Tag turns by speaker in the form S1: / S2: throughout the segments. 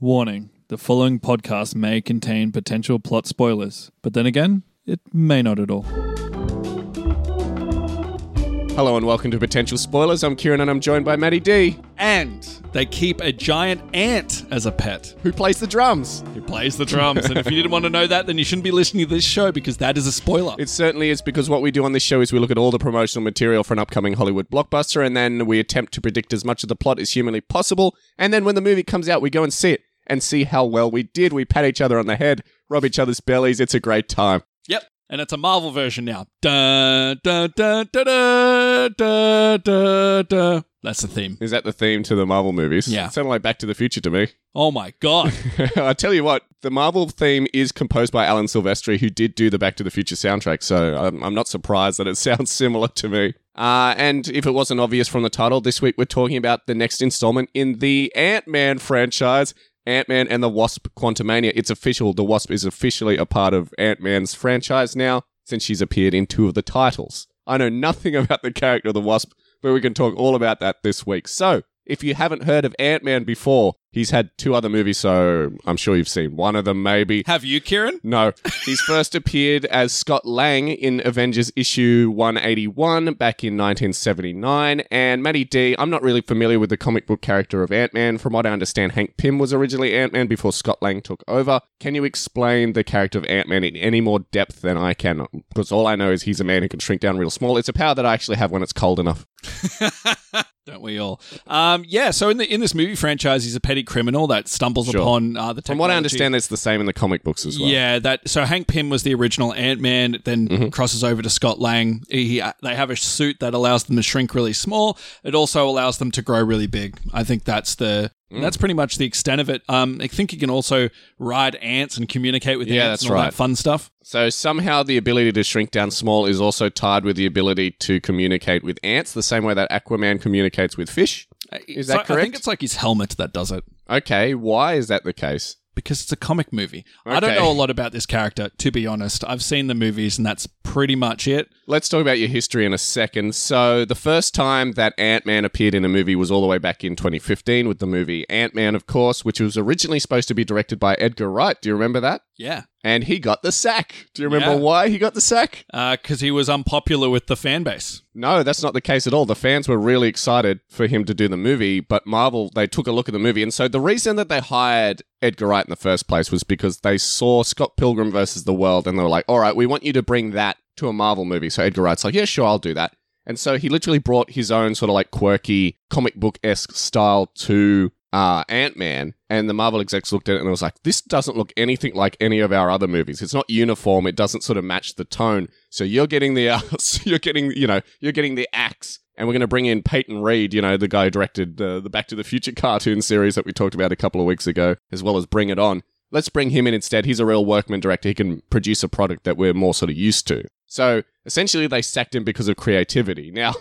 S1: Warning the following podcast may contain potential plot spoilers, but then again, it may not at all.
S2: Hello and welcome to Potential Spoilers. I'm Kieran and I'm joined by Maddie D,
S3: And they keep a giant ant as a pet
S2: who plays the drums.
S3: who plays the drums. and if you didn't want to know that, then you shouldn't be listening to this show because that is a spoiler.
S2: It certainly is because what we do on this show is we look at all the promotional material for an upcoming Hollywood blockbuster and then we attempt to predict as much of the plot as humanly possible. And then when the movie comes out, we go and see it and see how well we did. We pat each other on the head, rub each other's bellies. It's a great time.
S3: yep. And it's a Marvel version now. Da, da, da, da, da, da, da, da. That's the theme.
S2: Is that the theme to the Marvel movies?
S3: Yeah.
S2: It sounded like Back to the Future to me.
S3: Oh my God.
S2: I tell you what, the Marvel theme is composed by Alan Silvestri, who did do the Back to the Future soundtrack, so I'm, I'm not surprised that it sounds similar to me. Uh, and if it wasn't obvious from the title, this week we're talking about the next installment in the Ant Man franchise. Ant Man and the Wasp Quantumania. It's official. The Wasp is officially a part of Ant Man's franchise now, since she's appeared in two of the titles. I know nothing about the character of the Wasp, but we can talk all about that this week. So, if you haven't heard of Ant Man before, he's had two other movies, so I'm sure you've seen one of them maybe.
S3: Have you, Kieran?
S2: No. He's first appeared as Scott Lang in Avengers issue 181 back in 1979. And Matty D, I'm not really familiar with the comic book character of Ant Man. From what I understand, Hank Pym was originally Ant Man before Scott Lang took over. Can you explain the character of Ant Man in any more depth than I can? Because all I know is he's a man who can shrink down real small. It's a power that I actually have when it's cold enough.
S3: Don't we all? Um, yeah. So in the in this movie franchise, he's a petty criminal that stumbles
S2: Sure.
S3: upon uh, the technology.
S2: From what I understand, it's the same in the comic books as well. Mm-hmm.
S3: Yeah, that. So Hank Pym was the original Ant Man. Then crosses over to Scott Lang. He, they have a suit that allows them to shrink really small. It also allows them to grow really big. I think that's the.
S2: Mm.
S3: That's pretty much the extent of it. Um, I think you can also ride ants and communicate with
S2: Yeah,
S3: ants
S2: that's
S3: and all
S2: right.
S3: that fun stuff.
S2: So somehow the ability to shrink down small is also tied with the ability to communicate with ants, the same way that Aquaman communicates with fish. Is that
S3: So I
S2: correct?
S3: think it's like his helmet that does it
S2: Okay, why is that the case?
S3: because it's a comic movie. I don't
S2: Okay.
S3: know a lot about this character, to be honest. I've seen the movies and that's pretty much it.
S2: Let's talk about your history in a second. So, the first time that Ant Man appeared in a movie was all the way back in 2015 with the movie Ant Man, of course, which was originally supposed to be directed by Edgar Wright. Do you remember that?
S3: Yeah.
S2: And he got the sack. Do you remember
S3: Yeah.
S2: why he got the sack?
S3: Because uh, he was unpopular with the fan base.
S2: No, that's not the case at all. The fans were really excited for him to do the movie, but Marvel, they took a look at the movie. And so the reason that they hired Edgar Wright in the first place was because they saw Scott Pilgrim versus the world and they were like, all right, we want you to bring that to a Marvel movie. So Edgar Wright's like, yeah, sure, I'll do that. And so he literally brought his own sort of like quirky comic book esque style to uh, Ant Man. And the Marvel execs looked at it and was like, this doesn't look anything like any of our other movies. It's not uniform. It doesn't sort of match the tone. So you're getting the axe. You're getting, you know, you're getting the axe. And we're going to bring in Peyton Reed, you know, the guy who directed uh, the Back to the Future cartoon series that we talked about a couple of weeks ago, as well as Bring It On. Let's bring him in instead. He's a real workman director. He can produce a product that we're more sort of used to. So essentially, they sacked him because of creativity. Now,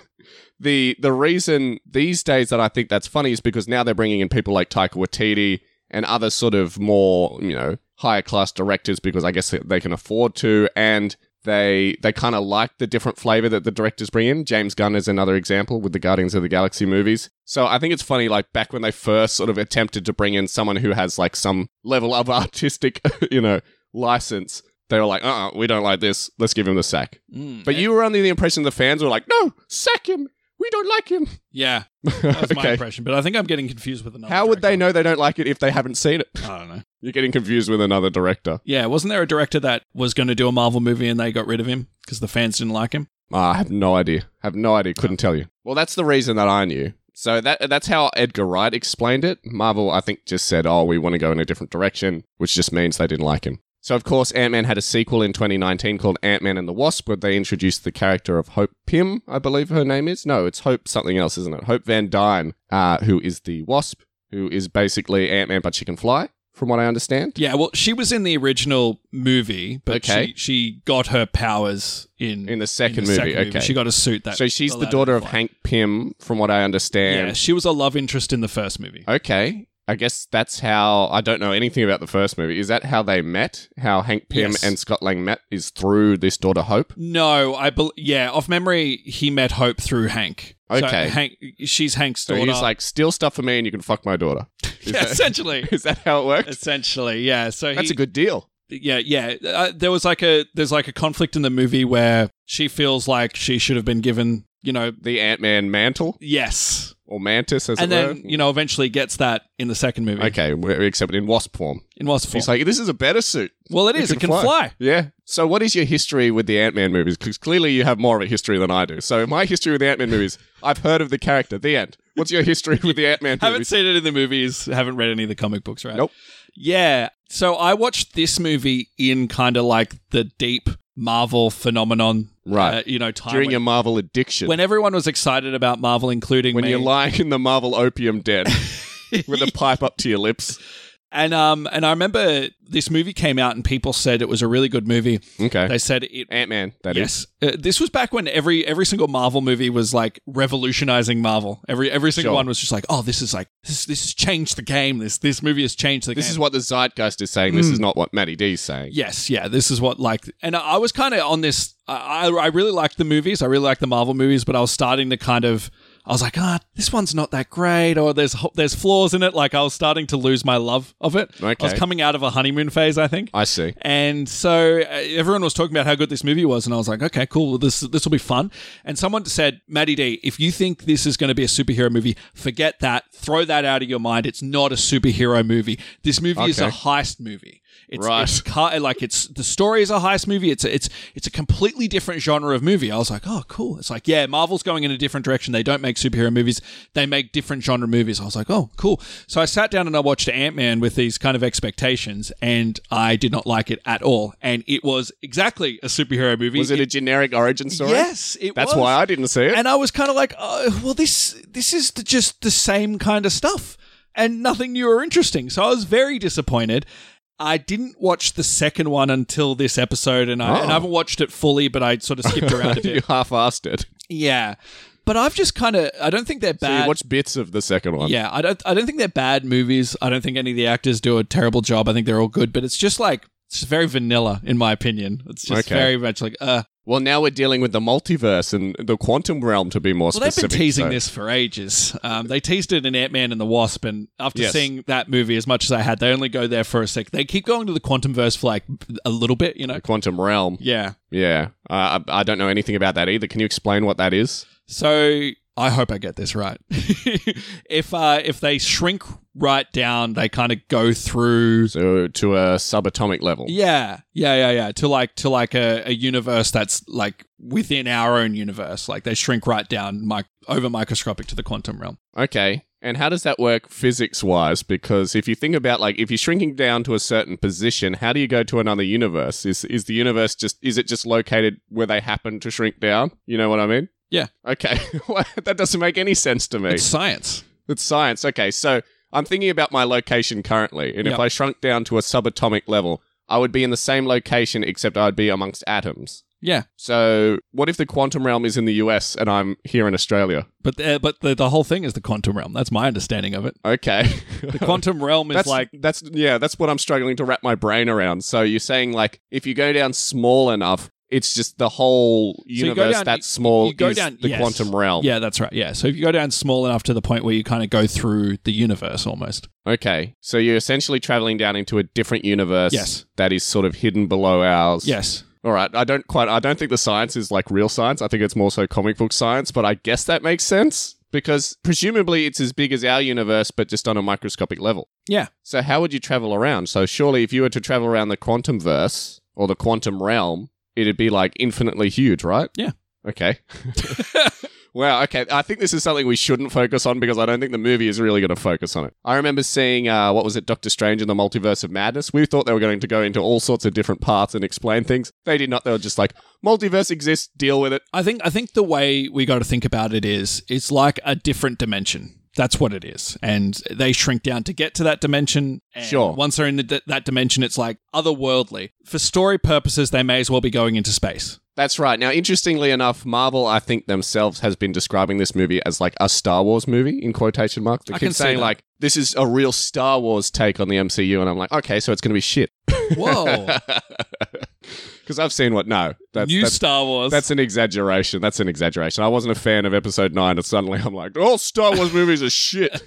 S2: the the reason these days that I think that's funny is because now they're bringing in people like Taika Waititi and other sort of more you know higher class directors because I guess they can afford to and. They, they kind of like the different flavor that the directors bring in. James Gunn is another example with the Guardians of the Galaxy movies. So I think it's funny, like back when they first sort of attempted to bring in someone who has like some level of artistic, you know, license, they were like, uh uh we don't like this. Let's give him the sack.
S3: Mm.
S2: But you were under the impression the fans were like, no, sack him. We don't like him.
S3: Yeah. That was my impression, but I think I'm getting confused with another.
S2: How would they
S3: director.
S2: know they don't like it if they haven't seen it?
S3: I don't know.
S2: You're getting confused with another director.
S3: Yeah, wasn't there a director that was going to do a Marvel movie and they got rid of him because the fans didn't like him?
S2: Ah, I have no idea. Have no idea. Couldn't tell you. Well, that's the reason that I knew. So that that's how Edgar Wright explained it. Marvel, I think, just said, "Oh, we want to go in a different direction," which just means they didn't like him. So of course, Ant Man had a sequel in 2019 called Ant Man and the Wasp, where they introduced the character of Hope Pym, I believe her name is. No, it's Hope something else, isn't it? Hope Van Dyne, uh, who is the Wasp, who is basically Ant Man but she can fly, from what I understand.
S3: Yeah, well, she was in the original movie, but
S2: Okay.
S3: she, she got her powers in
S2: In the second
S3: in the
S2: movie, okay.
S3: She got a suit that.
S2: So she's the
S3: allowed
S2: daughter
S3: her
S2: of
S3: to fly.
S2: Hank Pym, from what I understand.
S3: Yeah, she was a love interest in the first movie.
S2: Okay. I guess that's how I don't know anything about the first movie. Is that how they met? How Hank Pym
S3: Yes.
S2: and Scott Lang met is through this daughter Hope.
S3: No, I bel yeah, off memory, he met Hope through Hank. So
S2: Okay.
S3: Hank, she's Hank's
S2: So
S3: daughter.
S2: he's like, steal stuff for me and you can fuck my daughter. Is,
S3: yeah,
S2: that,
S3: essentially,
S2: is that how it works?
S3: essentially, yeah. So
S2: That's
S3: he,
S2: a good deal.
S3: yeah, yeah. Uh, there was like a there's like a conflict in the movie where she feels like she should have been given, you know,
S2: The Ant Man mantle
S3: yes,
S2: or mantis, as
S3: and
S2: it
S3: then
S2: were.
S3: you know eventually gets that in the second movie.
S2: okay, w- except in wasp form.
S3: in Wasp form.
S2: He's like, this is a better suit.
S3: well, it is. It can fly.
S2: Yeah. So, what is your history with the Ant Man movies? Because clearly you have more of a history than I do. So, my history with the Ant Man movies, I've heard of the character, the Ant. What's your history with the Ant Man
S3: Haven't
S2: movies?
S3: seen it in the movies. Haven't read any of the comic books, right?
S2: Nope.
S3: Yeah. So I watched this movie in kind of like the deep Marvel phenomenon,
S2: Right.
S3: Uh, you know, time
S2: During
S3: when,
S2: your Marvel addiction.
S3: when everyone was excited about Marvel, including
S2: when
S3: me.
S2: you're lying in the Marvel opium den with a pipe up to your lips.
S3: and um, and I remember this movie came out, and people said it was a really good movie.
S2: Okay.
S3: They said it.
S2: Ant Man, that is.
S3: Yes, uh, this was back when every every single Marvel movie was like revolutionizing Marvel. Every every single
S2: Sure.
S3: one was just like, oh, this is like this this has changed the game. This this movie has changed the
S2: This
S3: game.
S2: is what the zeitgeist is saying. This is not what Matty D's saying.
S3: Yes, Hmm. yeah. This is what like, and I I was kind of on this. I I I really liked the movies. I really liked the Marvel movies, but I was starting to kind of. I was like, ah, this one's not that great, or there's ho- there's flaws in it. Like I was starting to lose my love of it. I was
S2: Okay.
S3: coming out of a honeymoon phase, I think.
S2: I see.
S3: and so uh, everyone was talking about how good this movie was, and I was like, okay, cool. Well, this this will be fun. And someone said, Maddie D, if you think this is going to be a superhero movie, forget that. Throw that out of your mind. It's not a superhero movie. This movie is a
S2: Okay.
S3: heist movie. It's,
S2: Right.
S3: it's ca- like it's the story is a heist movie. It's a, it's it's a completely different genre of movie. I was like, oh, cool. It's like yeah, Marvel's going in a different direction. They don't make superhero movies. They make different genre movies. I was like, oh, cool. So I sat down and I watched Ant Man with these kind of expectations, and I did not like it at all. And it was exactly a superhero movie.
S2: Was it a generic origin story?
S3: Yes, it
S2: That's
S3: was.
S2: why I didn't see it.
S3: and I was kind of like, oh, well, this this is the, just the same kind of stuff, and nothing new or interesting. So I was very disappointed. I didn't watch the second one until this episode, and I, and I
S2: Oh.
S3: haven't watched it fully, but I sort of skipped around a
S2: you
S3: bit.
S2: half-assed it.
S3: Yeah, but I've just kind of I don't think they're
S2: So you
S3: bad.
S2: watched bits of the second one.
S3: yeah, I don't I don't think they're bad movies. I don't think any of the actors do a terrible job. I think they're all good, but it's just like it's just very vanilla in my opinion. It's just
S2: Okay.
S3: very much like uh.
S2: Well, now we're dealing with the multiverse and the quantum realm, to be more
S3: Well, they've
S2: specific.
S3: been teasing
S2: so-
S3: this for ages. Um, they teased it in Ant Man and the Wasp, and after
S2: Yes.
S3: seeing that movie as much as I had, they only go there for a sec. They keep going to the quantum verse for like a little bit, you know?
S2: The quantum realm.
S3: Yeah.
S2: Yeah. Uh, I, I don't know anything about that either. Can you explain what that is?
S3: So I hope I get this right. if uh, if they shrink right down, they kind of go through.
S2: So, to a subatomic level.
S3: Yeah, yeah, yeah, yeah. To like to like a, a universe that's like within our own universe. Like they shrink right down, mic- over microscopic to the quantum realm.
S2: Okay. And how does that work physics wise? Because if you think about like if you're shrinking down to a certain position, how do you go to another universe? Is is the universe just is it just located where they happen to shrink down? You know what I mean?
S3: Yeah.
S2: Okay. Well, that doesn't make any sense to me.
S3: It's
S2: It's,
S3: science.
S2: science. Okay. So I'm thinking about my location currently, and if
S3: Yep.
S2: I shrunk down to a subatomic level, I would be in the same location except I'd be amongst atoms.
S3: Yeah.
S2: So what if the quantum realm is in the US and I'm here in Australia?
S3: But the, but the, the whole thing is the quantum realm. That's my understanding of it.
S2: Okay.
S3: The quantum realm is
S2: That's
S3: like
S2: that's yeah, that's what I'm struggling to wrap my brain around. So you're saying like if you go down small enough, it's just the whole
S3: you go
S2: universe
S3: down-
S2: that's small
S3: you go
S2: is
S3: down-
S2: the
S3: yes.
S2: quantum realm.
S3: yeah, that's right. Yeah. So if you go down small enough to the point where you kind of go through the universe almost.
S2: Okay. So you're essentially traveling down into a different universe
S3: Yes.
S2: that is sort of hidden below ours.
S3: Yes.
S2: All right. I don't quite I don't think the science is like real science. I think it's more so comic book science, but I guess that makes sense because presumably it's as big as our universe but just on a microscopic level.
S3: Yeah.
S2: So how would you travel around? So surely if you were to travel around the quantum verse or the quantum realm, it'd be like infinitely huge, right?
S3: Yeah.
S2: Okay. Wow, okay. I think this is something we shouldn't focus on because I don't think the movie is really going to focus on it. I remember seeing, uh, what was it, Doctor Strange and the Multiverse of Madness. We thought they were going to go into all sorts of different paths and explain things. They did not. They were just like, multiverse exists, deal with it.
S3: I think I think the way we got to think about it is it's like a different dimension. That's what it is. And they shrink down to get to that dimension. And
S2: Sure.
S3: Once they're in the, that dimension, it's like otherworldly. For story purposes, they may as well be going into space.
S2: That's right. Now, interestingly enough, Marvel, I think themselves has been describing this movie as like a Star Wars movie in quotation marks. They
S3: I
S2: keep
S3: can see
S2: saying
S3: that.
S2: like this is a real Star Wars take on the MCU, and I'm like, okay, so it's going to be shit.
S3: Whoa.
S2: Because I've seen what? No, that's
S4: New
S2: that's,
S4: Star Wars.
S2: that's an exaggeration. That's an exaggeration. I wasn't a fan of Episode Nine, and suddenly I'm like, all Star Wars movies are shit.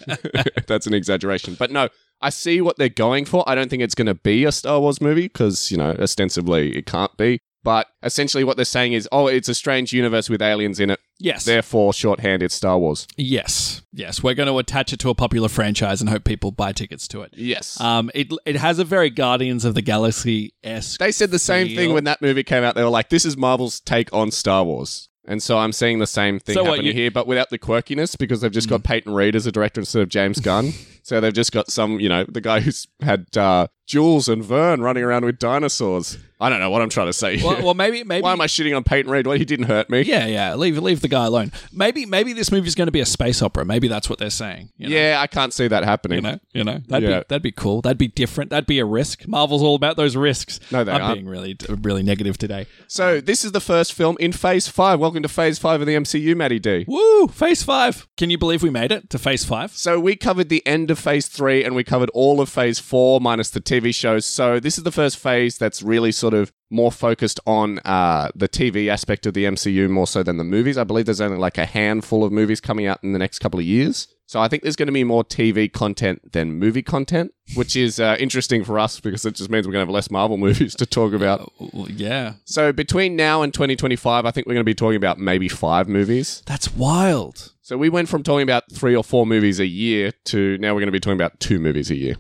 S2: that's an exaggeration, but no. I see what they're going for. I don't think it's going to be a Star Wars movie because, you know, ostensibly it can't be. But essentially, what they're saying is, oh, it's a strange universe with aliens in it.
S3: yes.
S2: Therefore, shorthand, it's Star Wars.
S3: Yes. Yes. We're going to attach it to a popular franchise and hope people buy tickets to it.
S2: Yes.
S3: Um, it it has a very Guardians of the Galaxy esque.
S2: They said the same thing
S3: Feel.
S2: when that movie came out. They were like, "This is Marvel's take on Star Wars," and so I'm seeing the same thing
S4: So what,
S2: happening
S4: you-
S2: here, but without the quirkiness because they've just got Peyton Reed as a director instead of James Gunn. so they've just got some, you know, the guy who's had uh, Jules and Vern running around with dinosaurs. I don't know what I'm trying to say. here.
S3: Well, well, maybe maybe.
S2: Why am I shitting on Peyton Reed? Well, he didn't hurt me.
S3: yeah, yeah. Leave leave the guy alone. Maybe maybe this movie's going to be a space opera. Maybe that's what they're saying. you know?
S2: Yeah, I can't see that happening.
S3: You know, you know, that'd
S2: Yeah.
S3: be that'd be cool. That'd be different. That'd be a risk. Marvel's all about those risks.
S2: No, they
S3: I'm
S2: aren't.
S3: being really really negative today.
S2: So this is the first film in Phase Five. Welcome to Phase Five of the MCU, Matty D.
S3: Woo! Phase five. Can you believe we made it to phase five?
S2: So we covered the end of phase three and we covered all of phase four minus the TV shows. So this is the first phase that's really sort of more focused on uh, the TV aspect of the MCU more so than the movies. I believe there's only like a handful of movies coming out in the next couple of years. So I think there's going to be more TV content than movie content, which is uh, interesting for us because it just means we're going to have less Marvel movies to talk about.
S3: Well, yeah,
S2: So between now and 2025, I think we're going to be talking about maybe five movies.
S3: that's wild.
S2: So we went from talking about three or four movies a year to now we're going to be talking about two movies a year.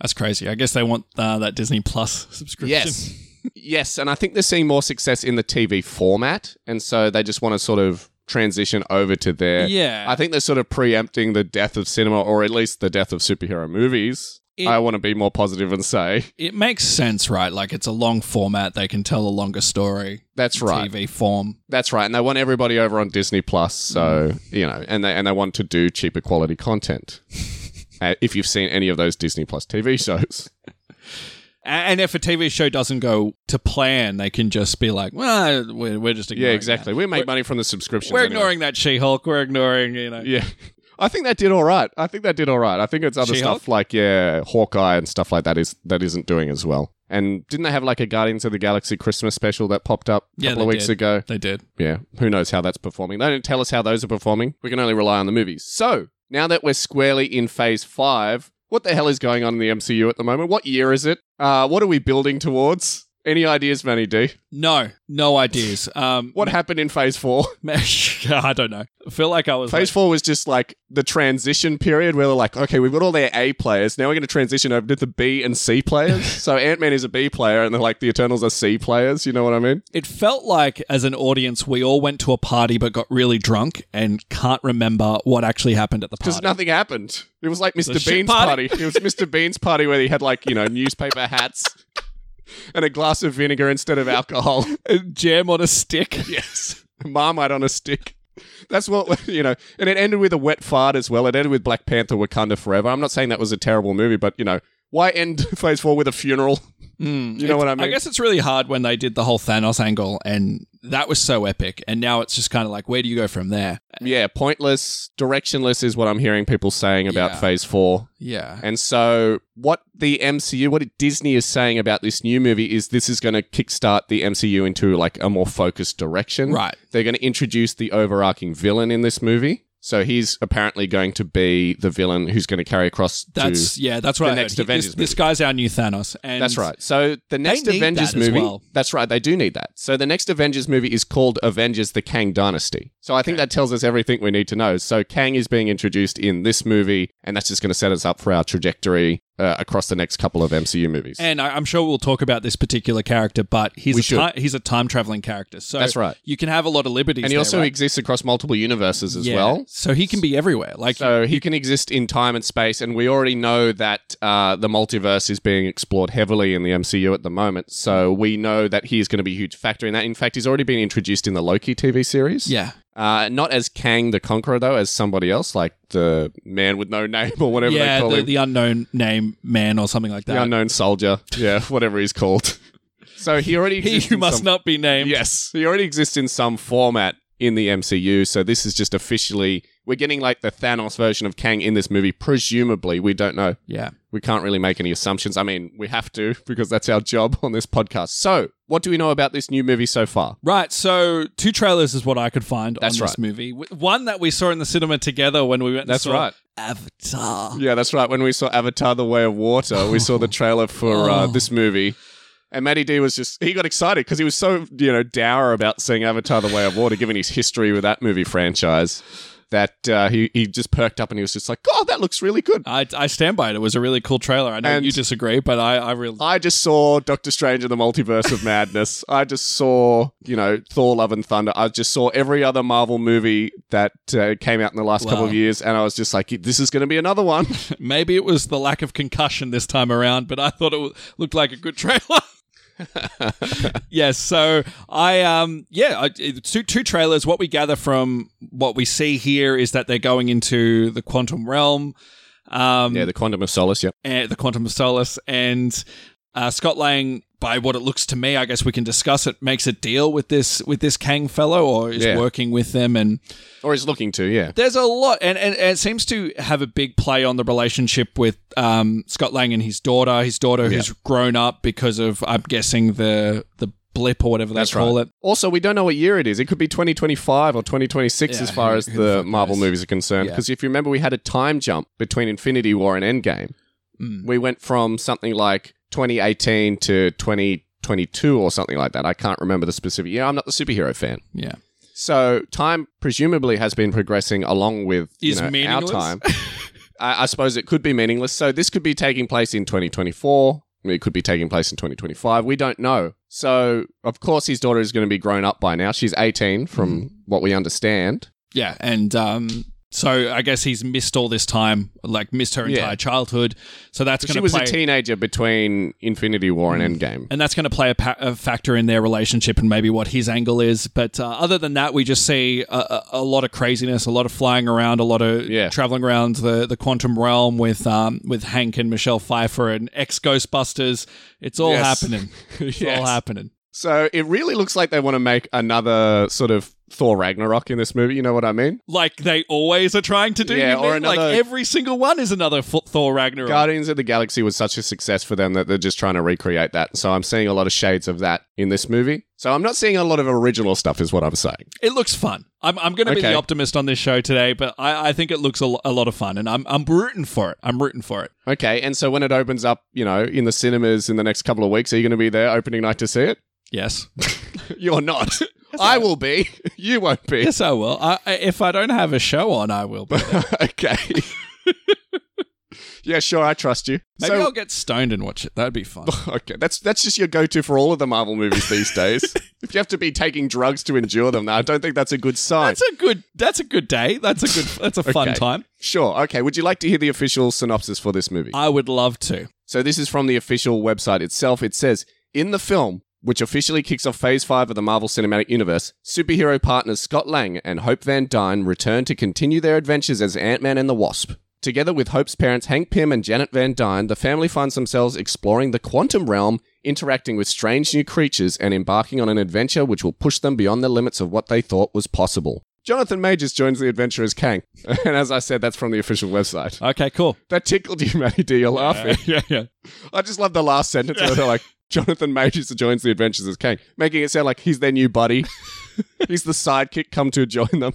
S3: That's crazy. I guess they want uh, that Disney Plus subscription.
S2: yes, and I think they're seeing more success in the TV format, and so they just want to sort of transition over to there.
S3: Yeah.
S2: I think they're sort of preempting the death of cinema, or at least the death of superhero movies.
S3: It-
S2: I want to be more positive and say
S3: It makes sense, right? Like it's a long format. They can tell a longer story.
S2: that's right.
S3: TV form.
S2: That's right, and they want everybody over on Disney Plus, so
S3: Mm.
S2: you know, and they and they want to do cheaper quality content. uh, if you've seen any of those Disney Plus TV shows,
S3: A- And if a TV show doesn't go to plan, they can just be like, "Well, we're, we're just ignoring
S2: Yeah,
S3: that.
S2: exactly. We make money from the subscriptions.
S3: We're
S2: anyway.
S3: ignoring that She-Hulk. We're ignoring, you know,
S2: Yeah. I think that did all right. I think that did all right. I think it's other
S3: She-Hulk?
S2: stuff like yeah, Hawkeye and stuff like that is that isn't doing as well. And didn't they have like a Guardians of the Galaxy Christmas special that popped up a
S3: Yeah,
S2: couple of
S3: they
S2: weeks
S3: did.
S2: ago?
S3: They did.
S2: Yeah, who knows how that's performing? They don't tell us how those are performing. We can only rely on the movies. So now that we're squarely in Phase Five, what the hell is going on in the MCU at the moment? What year is it? Uh, what are we building towards? Any ideas, Manny D?
S3: No, no ideas. Um,
S2: What happened in Phase Four?
S3: I don't know. I feel like I was.
S2: Phase four was just like the transition period where they're like, okay, we've got all their A players. Now we're going to transition over to the B and C players. so Ant Man is a B player, and they're like, the Eternals are C players. You know what I mean?
S3: It felt like, as an audience, we all went to a party but got really drunk and can't remember what actually happened at the
S2: Because
S3: party.
S2: nothing happened. It was like Mr.
S3: a shit
S2: Bean's party.
S3: party.
S2: It was Mr. Bean's party where he had like, you know, newspaper hats and a glass of vinegar instead of alcohol.
S3: Jam on a stick.
S2: Yes. Marmite on a stick. That's what, you know, and it ended with a wet fart as well. It ended with Black Panther Wakanda Forever. I'm not saying that was a terrible movie, but, you know, why end phase four with a funeral? you know what I mean?
S3: I guess Mm. it's really hard when they did the whole Thanos angle, and that was so epic. And now it's just kind of like, where do you go from there?
S2: yeah, pointless, directionless is what I'm hearing people saying about
S3: Yeah.
S2: phase four.
S3: Yeah.
S2: And so, what the MCU, what Disney is saying about this new movie is this is going to kickstart the MCU into like a more focused direction.
S3: Right.
S2: They're going to introduce the overarching villain in this movie. So he's apparently going to be the villain who's going to carry across to-
S3: That's yeah. That's right.
S2: the next Avengers
S3: this, this guy's our new Thanos, and
S2: That's right. So the next
S3: need
S2: Avengers
S3: that as
S2: movie.
S3: well.
S2: That's right. They do need that. So the next Avengers movie is called Avengers: The Kang Dynasty. So I think that tells us everything we need to know. So Kang is being introduced in this movie, and that's just going to set us up for our trajectory uh, across the next couple of MCU movies.
S3: And I, I'm sure we'll talk about this particular character, but he's
S2: We
S3: a
S2: should.
S3: ti- he's a time traveling character, so
S2: That's right.
S3: You can have a lot of liberties,
S2: And he
S3: there,
S2: also
S3: right?
S2: exists across multiple universes as
S3: Yeah.
S2: well.
S3: So he can be everywhere. Like
S2: So he can exist in time and space, and we already know that uh, the multiverse is being explored heavily in the MCU at the moment. So we know that he is going to be a huge factor in that. In fact, he's already been introduced in the Loki TV series.
S3: yeah,
S2: Uh, not as Kang the Conqueror though, as somebody else, like the man with no name or whatever they
S3: yeah,
S2: call
S3: the, uh,
S2: him,
S3: the unknown name man or something like
S2: the
S3: that.
S2: unknown soldier, yeah, whatever he's called. So he already
S3: He
S2: exists
S3: who
S2: in
S3: must
S2: some-
S3: not be named.
S2: Yes, he already exists in some format in the MCU. So this is just officially we're getting like the Thanos version of Kang in this movie. Presumably, we don't know.
S5: Yeah.
S2: We can't really make any assumptions. I mean, we have to because that's our job on this podcast. So, what do we know about this new movie so far?
S3: Right, so two trailers is what I could find
S2: That's
S3: on this
S2: right.
S3: movie. W- One that we saw in the cinema together when we went. and
S2: That's
S3: saw
S2: right.
S3: Avatar.
S2: Yeah, that's right. When we saw Avatar: The Way of Water, we saw the trailer for uh,
S3: Oh.
S2: this movie. And Matty D was just, he got excited because he was so, you know, dour about seeing Avatar The Way of Water, given his history with that movie franchise, that uh, he, he just perked up and he was just like, oh, that looks really good.
S3: I, I stand by it. It was a really cool trailer. I know
S2: And-
S3: you disagree, but I, I really.
S2: I just saw Doctor Strange and the Multiverse of Madness. I just saw, you know, Thor, Love and Thunder. I just saw every other Marvel movie that uh, came out in the last couple
S3: Wow.
S2: of years. And I was just like, this is going to be another one.
S3: Maybe it was the lack of concussion this time around, but I thought it w- looked like a good trailer. yes, so I um yeah, I, it- two, two trailers. What we gather from what we see here is that they're going into the quantum realm. Um,
S2: yeah, The Quantum of Solace, yeah.
S3: and the Quantum of Solace and uh, Scott Lang. By what it looks to me, I guess we can discuss it. Makes a deal with this with this Kang fellow, or is
S2: Yeah.
S3: working with them, and
S2: Or is looking to, yeah.
S3: there's a lot, and, and, and it seems to have a big play on the relationship with um, Scott Lang and his daughter. His daughter who's grown up because of, I'm guessing the the blip or whatever they
S2: That's
S3: call it.
S2: Also, we don't know what year it is. It could be 2025 or 2026
S3: Yeah,
S2: as far
S3: who-
S2: as
S3: who the
S2: the
S3: fuck
S2: Marvel
S3: knows?
S2: movies are concerned.
S3: Yeah.
S2: Because if you remember, we had a time jump between Infinity War and Endgame.
S3: Mm.
S2: We went from something like 2018 to 2022 or something like that. I can't remember the specific year. I'm not the superhero fan.
S3: Yeah,
S2: So time presumably has been progressing along with you
S3: Is
S2: know, our
S3: meaningless?
S2: time. I, I suppose it could be meaningless. So this could be taking place in 2024. It could be taking place in 2025. We don't know. So of course his daughter is going to be grown up by now. She's 18, from
S3: Hmm.
S2: what we understand.
S3: yeah, and um, so I guess he's missed all this time, like missed her
S2: Yeah.
S3: entire childhood. So that's going
S2: She
S3: to
S2: was
S3: play. Hmm.
S2: a teenager between Infinity War and Endgame.
S3: and that's going to play a, pa- a factor in their relationship and maybe what his angle is. But uh, other than that, we just see a, a, a lot of craziness, a lot of flying around, a lot of
S2: Yeah.
S3: traveling around the, the quantum realm with um, with Hank and Michelle Pfeiffer and ex Ghostbusters. It's all
S2: Yes.
S3: happening. It's all
S2: Yes.
S3: happening.
S2: So it really looks like they want to make another sort of Thor Ragnarok in this movie. You know what I mean?
S3: Like they always are trying to do.
S2: Yeah,
S3: you
S2: or
S3: mean? like
S2: another-
S3: every single one is another F- Thor Ragnarok.
S2: Guardians of the Galaxy was such a success for them that they're just trying to recreate that. So I'm seeing a lot of shades of that in this movie. So I'm not seeing a lot of original stuff, is what I'm saying.
S3: It looks fun. I'm, I'm going to be
S2: Okay.
S3: the optimist on this show today, but I, I think it looks a, lo- a lot of fun, and I'm I'm rooting for it. I'm rooting for it.
S2: Okay, and so when it opens up, you know, in the cinemas in the next couple of weeks, are you going to be there opening night to see it?
S3: Yes.
S2: You're not. I will be. You won't be.
S3: Yes, I will. I, I- if I don't have a show on, I will. But
S2: okay. yeah, sure. I trust you.
S3: maybe
S2: So-
S3: I'll get stoned and watch it. That'd be fun.
S2: Okay, that's that's just your go-to for all of the Marvel movies these days. if you have to be taking drugs to endure them, I don't think that's a good sign.
S3: That's a good. That's a good day. That's a good. That's a fun
S2: Okay.
S3: time.
S2: Sure. Okay. Would you like to hear the official synopsis for this movie?
S3: I would love to.
S2: so, this is from the official website itself. It says In the film, which officially kicks off phase five of the Marvel Cinematic Universe, superhero partners Scott Lang and Hope Van Dyne return to continue their adventures as Ant Man and the Wasp. Together with Hope's parents Hank Pym and Janet Van Dyne, the family finds themselves exploring the quantum realm, interacting with strange new creatures, and embarking on an adventure which will push them beyond the limits of what they thought was possible. Jonathan Majors joins the adventure as Kang. And as I said, that's from the official website.
S3: Okay, cool. Uh,
S2: That tickled you, Matty D. You're laughing.
S3: yeah, yeah.
S2: I just love the last sentence where they're like, Jonathan Majors joins the Adventures as Kang, making it sound like he's their new buddy. he's the sidekick come to join them.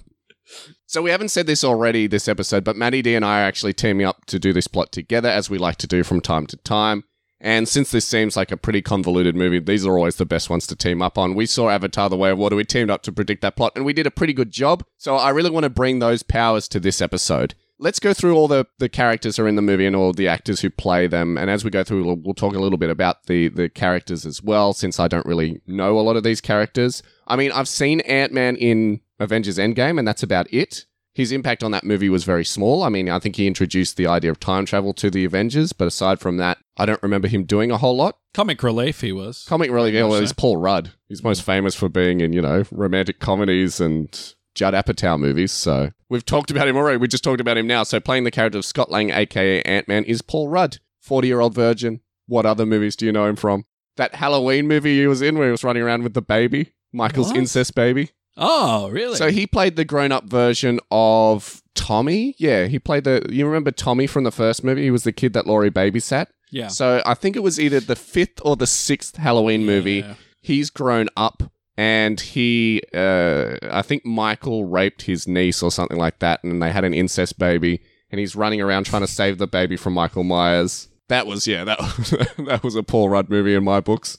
S2: So we haven't said this already this episode, but Matty D and I are actually teaming up to do this plot together, as we like to do from time to time. And since this seems like a pretty convoluted movie, these are always the best ones to team up on. We saw Avatar The Way of Water, we teamed up to predict that plot, and we did a pretty good job. So I really want to bring those powers to this episode. Let's go through all the, the characters who are in the movie and all the actors who play them. And as we go through, we'll, we'll talk a little bit about the, the characters as well, since I don't really know a lot of these characters. I mean, I've seen Ant Man in Avengers Endgame, and that's about it. His impact on that movie was very small. I mean, I think he introduced the idea of time travel to the Avengers, but aside from that, I don't remember him doing a whole lot.
S3: Comic relief. He was.
S2: Comic relief
S3: Much
S2: well,
S3: so. Hmm.
S2: is Paul Rudd. He's most famous for being in, you know, romantic comedies and Judd Apatow movies. So we've talked about him already. We just talked about him now. So playing the character of Scott Lang, aka Ant Man, is Paul Rudd, 40 year old virgin. What other movies do you know him from? that Halloween movie he was in where he was running around with the baby, Michael's
S3: What?
S2: incest baby.
S3: Oh, really?
S2: So he played the grown up version of Tommy. Yeah, he played the. You remember Tommy from the first movie? He was the kid that Laurie babysat.
S3: yeah.
S2: So I think it was either the fifth or the sixth Halloween movie.
S3: Yeah.
S2: He's grown up and he, uh, I think Michael raped his niece or something like that, and they had an incest baby, and he's running around trying to save the baby from Michael Myers. That was, yeah, that was, that was a Paul Rudd movie in my books.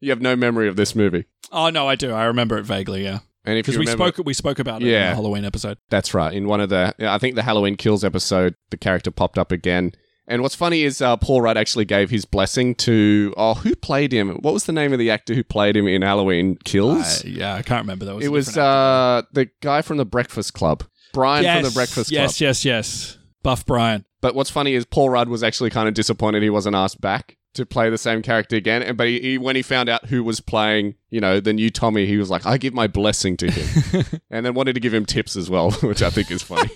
S2: You have no memory of this movie.
S3: Oh no, I do. I remember it vaguely. Yeah,
S2: And if you
S3: because we
S2: remember-
S3: spoke we spoke about it in
S2: Yeah.
S3: the Halloween episode.
S2: That's right. In one of the, I think the Halloween Kills episode, the character popped up again. And what's funny is uh, Paul Rudd actually gave his blessing to, oh, who played him? What was the name of the actor who played him in Halloween
S3: I,
S2: Kills?
S3: Uh, yeah, I can't remember. That was
S2: it
S3: a
S2: was
S3: different-
S2: uh, the guy from The Breakfast Club, Brian from The Breakfast Club.
S3: Yes, yes, yes. Buff Brian.
S2: But what's funny is Paul Rudd was actually kind of disappointed he wasn't asked back to play the same character again. And but he, he, when he found out who was playing, you know, the new Tommy, he was like, "I give my blessing to him," and then wanted to give him tips as well, which I think is funny.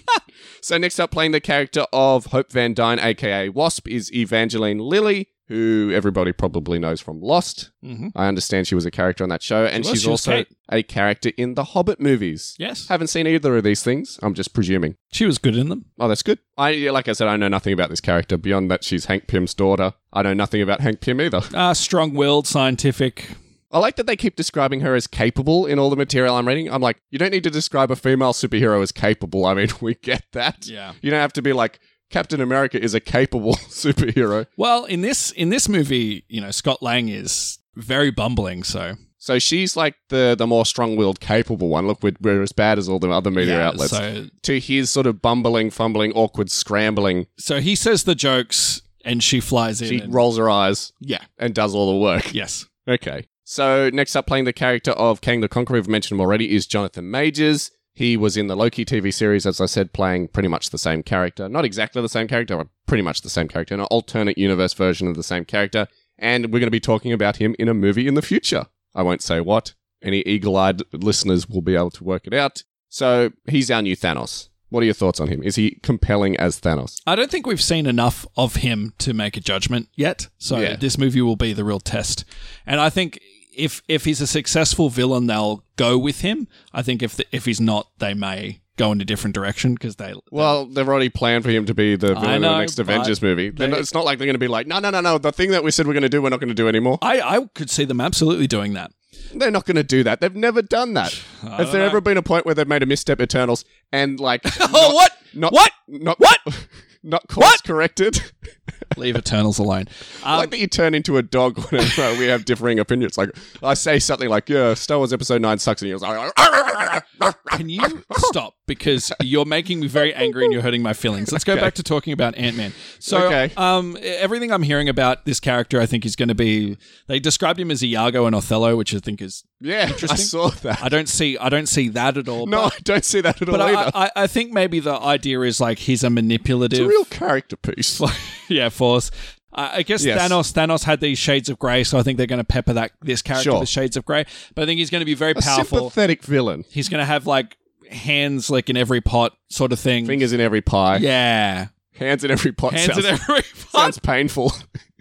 S2: so next up, playing the character of Hope Van Dyne, aka Wasp, is Evangeline Lilly, who everybody probably knows from Lost.
S3: Mm-hmm.
S2: I understand she was a character on that show, and
S3: was,
S2: she's
S3: she was
S2: also
S3: Kate.
S2: a character in the Hobbit movies.
S3: Yes,
S2: Haven't seen either of these things. I'm just presuming.
S3: she was good in them.
S2: Oh, that's good. I yeah, like I said, I know nothing about this character beyond that she's Hank Pym's daughter. I know nothing about Hank Pym either.
S3: Uh, strong-willed, scientific.
S2: I like that they keep describing her as capable in all the material I'm reading. I'm like, you don't need to describe a female superhero as capable. I mean, we get that.
S3: Yeah.
S2: You don't have to be like Captain America is a capable superhero.
S3: Well, in this in this movie, you know, Scott Lang is very bumbling. So
S2: So she's like the the more strong-willed, capable one. Look, we're, we're as bad as all the other media
S3: yeah,
S2: outlets.
S3: So
S2: to his sort of bumbling, fumbling, awkward, scrambling,
S3: so he says the jokes, and she flies in.
S2: she
S3: and-
S2: rolls her eyes
S3: yeah.
S2: and does all the work.
S3: Yes.
S2: Okay. So next up, playing the character of Kang the Conqueror, we've mentioned him already, is Jonathan Majors. He was in the Loki TV series, as I said, playing pretty much the same character. Not exactly the same character, but pretty much the same character, an alternate universe version of the same character. And we're going to be talking about him in a movie in the future. I won't say what. Any eagle eyed listeners will be able to work it out. So he's our new Thanos. What are your thoughts on him? Is he compelling as Thanos?
S3: I don't think we've seen enough of him to make a judgment yet. So
S2: Yeah.
S3: this movie will be the real test. And I think if if he's a successful villain, they'll go with him. I think if the, if he's not, they may go in a different direction because they
S2: Well, they've already planned for him to be the villain of
S3: know,
S2: the next
S3: but
S2: Avengers movie. They're
S3: they-
S2: not- it's not like they're going to be like, no, no, no, no. The thing that we said we're going to do, we're not going to do anymore.
S3: I, I could see them absolutely doing that.
S2: They're not going to do that. They've never done that. Has there ever been a point where they've made a misstep Eternals and like,
S3: Oh, what?
S2: not,
S3: what?
S2: not,
S3: What?
S2: not course corrected?
S3: Leave Eternals alone. Um,
S2: like that you turn into a dog whenever we have differing opinions. Like I say something like, yeah, Star Wars Episode Nine sucks, and "Ah, you're like, ah,
S3: Can you stop? Because you're making me very angry and you're hurting my feelings. Let's go back to talking about Ant Man. So,
S2: Okay.
S3: um, everything I'm hearing about this character, I think is going to be. They described him as Iago and Othello, which I think is.
S2: yeah, I
S3: Interesting.
S2: saw that.
S3: I don't see. I don't see that at all.
S2: no,
S3: but-
S2: I don't see that at all
S3: but
S2: either.
S3: I, I, I think maybe the idea is like he's a manipulative.
S2: it's a real character piece.
S3: yeah, force. I I guess
S2: Yes.
S3: Thanos. Thanos had these shades of grey, so I think they're going to pepper that this character
S2: Sure.
S3: with shades of grey. But I think he's going to be very
S2: a
S3: powerful.
S2: sympathetic villain.
S3: he's going to have like hands like in every pot, sort of thing.
S2: Fingers in every pie,
S3: Yeah.
S2: hands in every pot.
S3: Hands
S2: sounds,
S3: in every pot.
S2: sounds painful.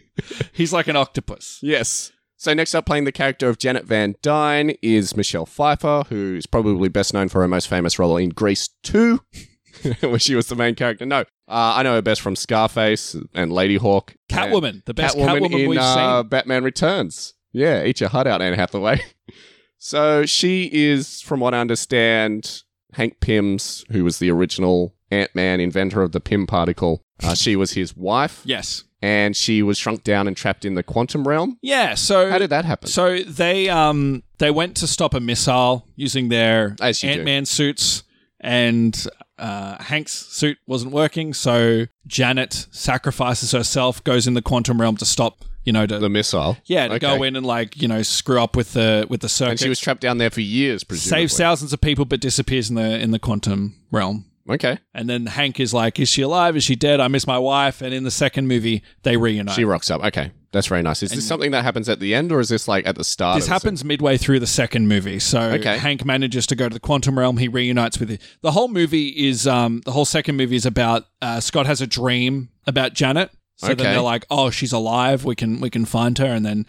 S3: He's like an octopus.
S2: yes. So next up, playing the character of Janet Van Dyne is Michelle Pfeiffer, who's probably best known for her most famous role in Grease 2, where she was the main character. No, uh, I know her best from Scarface and Lady Hawk.
S3: Catwoman, the best Catwoman,
S2: in
S3: we've
S2: uh,
S3: seen.
S2: Batman Returns. Yeah, eat your heart out, Anne Hathaway. so she is, from what I understand, Hank Pym's, who was the original Ant Man inventor of the Pym particle. Uh, she was his wife,
S3: Yes.
S2: and she was shrunk down and trapped in the quantum realm.
S3: Yeah. So
S2: How did that happen?
S3: so they um they went to stop a missile using their
S2: As you do.
S3: Ant Man suits and uh, Hank's suit wasn't working, so Janet sacrifices herself, goes in the quantum realm to stop, you know, to
S2: the missile.
S3: yeah, to go
S2: Okay.
S3: in and like you know screw up with the with the circuit.
S2: And she was trapped down there for years, presumably.
S3: saves thousands of people, but disappears in the in the quantum realm.
S2: Okay.
S3: And then Hank is like, "Is she alive? Is she dead? I miss my wife." And in the second movie, they reunite.
S2: She rocks up. Okay. That's very nice. Is this something that happens at the end, or is this like at the start?
S3: this
S2: of the
S3: happens midway through the second movie, so
S2: Okay.
S3: Hank manages to go to the quantum realm. He reunites with it. The whole movie is um, the whole second movie is about uh, Scott has a dream about Janet, So
S2: Okay.
S3: then they're like, "Oh, she's alive. We can we can find her." And then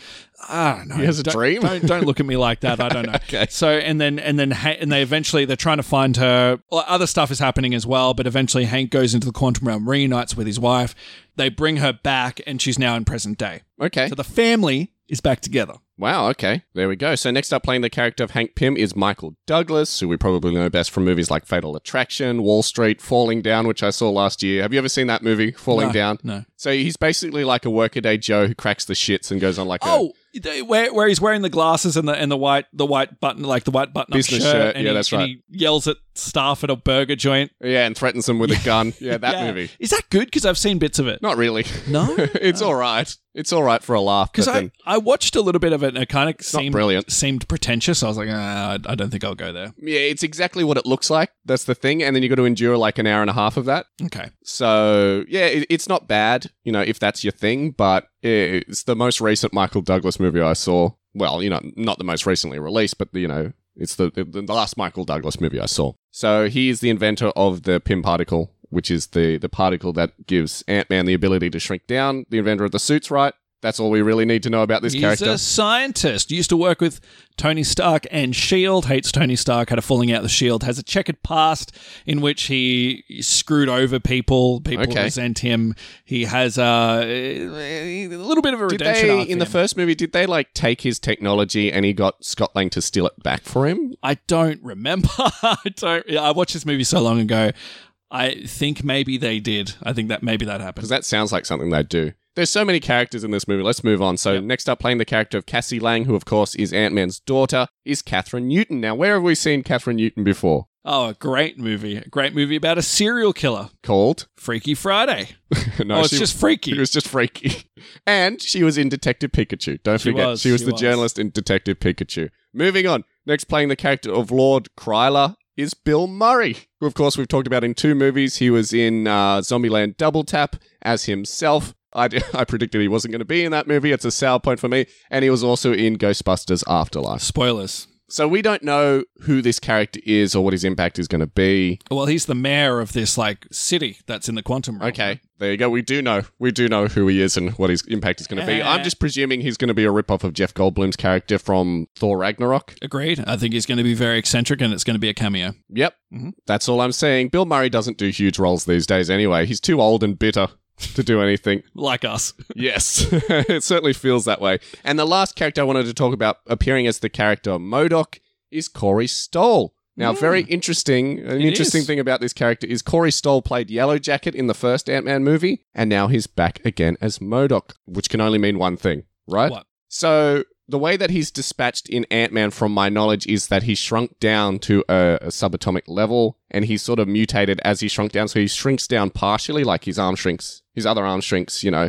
S3: I don't know.
S2: He has a
S3: don't,
S2: dream?
S3: Don't, don't look at me like that. I don't know. okay. So and then and then Ha- and they eventually they're trying to find her. Well, other stuff is happening as well, but eventually Hank goes into the quantum realm, reunites with his wife. They bring her back, and she's now in present day.
S2: Okay.
S3: So the family is back together.
S2: Wow, okay. There we go. So next up playing the character of Hank Pym is Michael Douglas, who we probably know best from movies like Fatal Attraction, Wall Street, Falling Down, which I saw last year. Have you ever seen that movie, Falling
S3: No,
S2: Down?
S3: no.
S2: So he's basically like a workaday Joe who cracks the shits and goes on like a
S3: Oh, they- where, where he's wearing the glasses and the and the white the white button like the white button up
S2: Business
S3: shirt,
S2: shirt,
S3: and
S2: yeah,
S3: he,
S2: that's
S3: and
S2: right.
S3: he yells at staff at a burger joint.
S2: Yeah, and threatens him with a gun. Yeah, that
S3: Yeah.
S2: movie.
S3: is that good? Because I've seen bits of it.
S2: Not really.
S3: No,
S2: it's all right. It's all right for a laugh.
S3: because
S2: but
S3: I,
S2: then-
S3: I watched a little bit of it and it kind of
S2: not
S3: seemed
S2: brilliant.
S3: seemed pretentious. I was like, ah, I- I don't think I'll go there.
S2: yeah, it's exactly what it looks like. That's the thing. And then you got to endure like an hour and a half of that.
S3: Okay,
S2: So yeah, it, it's not bad, you know, if that's your thing. But it's the most recent Michael Douglas movie I saw. Well, you know, not the most recently released, but you know, it's the the, the last Michael Douglas movie I saw. So he is the inventor of the Pym particle, which is the the particle that gives Ant Man the ability to shrink down. The inventor of the suits, right? That's all we really need to know about this
S3: he's
S2: character.
S3: a scientist. Used to work with Tony Stark and Shield. E Hates Tony Stark. Had a falling out with Shield. E Has a checkered past in which he screwed over people. People
S2: Okay.
S3: resent him. He has uh, a little bit of a
S2: Did
S3: redemption.
S2: they
S3: arc
S2: in the
S3: him.
S2: first movie? Did they like take his technology and he got Scott Lang to steal it back for him?
S3: I don't remember. I don't. I watched this movie so long ago. I think maybe they did. I think that maybe that happened.
S2: because that sounds like something they'd do. There's so many characters in this movie. Let's move on. So next up, playing the character of Cassie Lang, who of course is Ant Man's daughter, is Catherine Newton. Now, where have we seen Catherine Newton before?
S3: Oh, a great movie. A great movie about a serial killer.
S2: Called?
S3: Freaky Friday.
S2: no,
S3: oh, it's
S2: she,
S3: just freaky.
S2: she was just freaky. And she was in Detective Pikachu. Don't
S3: She
S2: forget,
S3: was,
S2: she was
S3: she
S2: the
S3: was.
S2: journalist in Detective Pikachu. Moving on. Next, playing the character of Lord Kryler is Bill Murray, who of course we've talked about in two movies. He was in uh, Zombieland Double Tap as himself. I, d- I predicted he wasn't going to be in that movie. It's a sour point for me. And he was also in Ghostbusters Afterlife.
S3: Spoilers.
S2: So we don't know who this character is or what his impact is going to be.
S3: Well, he's the mayor of this like city that's in the quantum realm.
S2: Okay, there you go. We do know. We do know who he is and what his impact is going to be. I'm just presuming he's going to be a ripoff of Jeff Goldblum's character from Thor Ragnarok.
S3: Agreed. I think he's going to be very eccentric and it's going to be a cameo.
S2: Yep,
S3: Mhm.
S2: that's all I'm saying. Bill Murray doesn't do huge roles these days anyway. He's too old and bitter to do anything.
S3: Like us.
S2: yes, it certainly feels that way. And the last character I wanted to talk about appearing as the character Modoc is Corey Stoll. Now, very interesting. An
S3: It
S2: interesting
S3: is.
S2: thing about this character is Corey Stoll played Yellow Jacket in the first Ant Man movie, and now he's back again as Modoc, which can only mean one thing, right?
S3: What?
S2: So, the way that he's dispatched in Ant Man, from my knowledge, is that he shrunk down to a, a subatomic level and he sort of mutated as he shrunk down. So, he shrinks down partially, like his arm shrinks, his other arm shrinks, you know,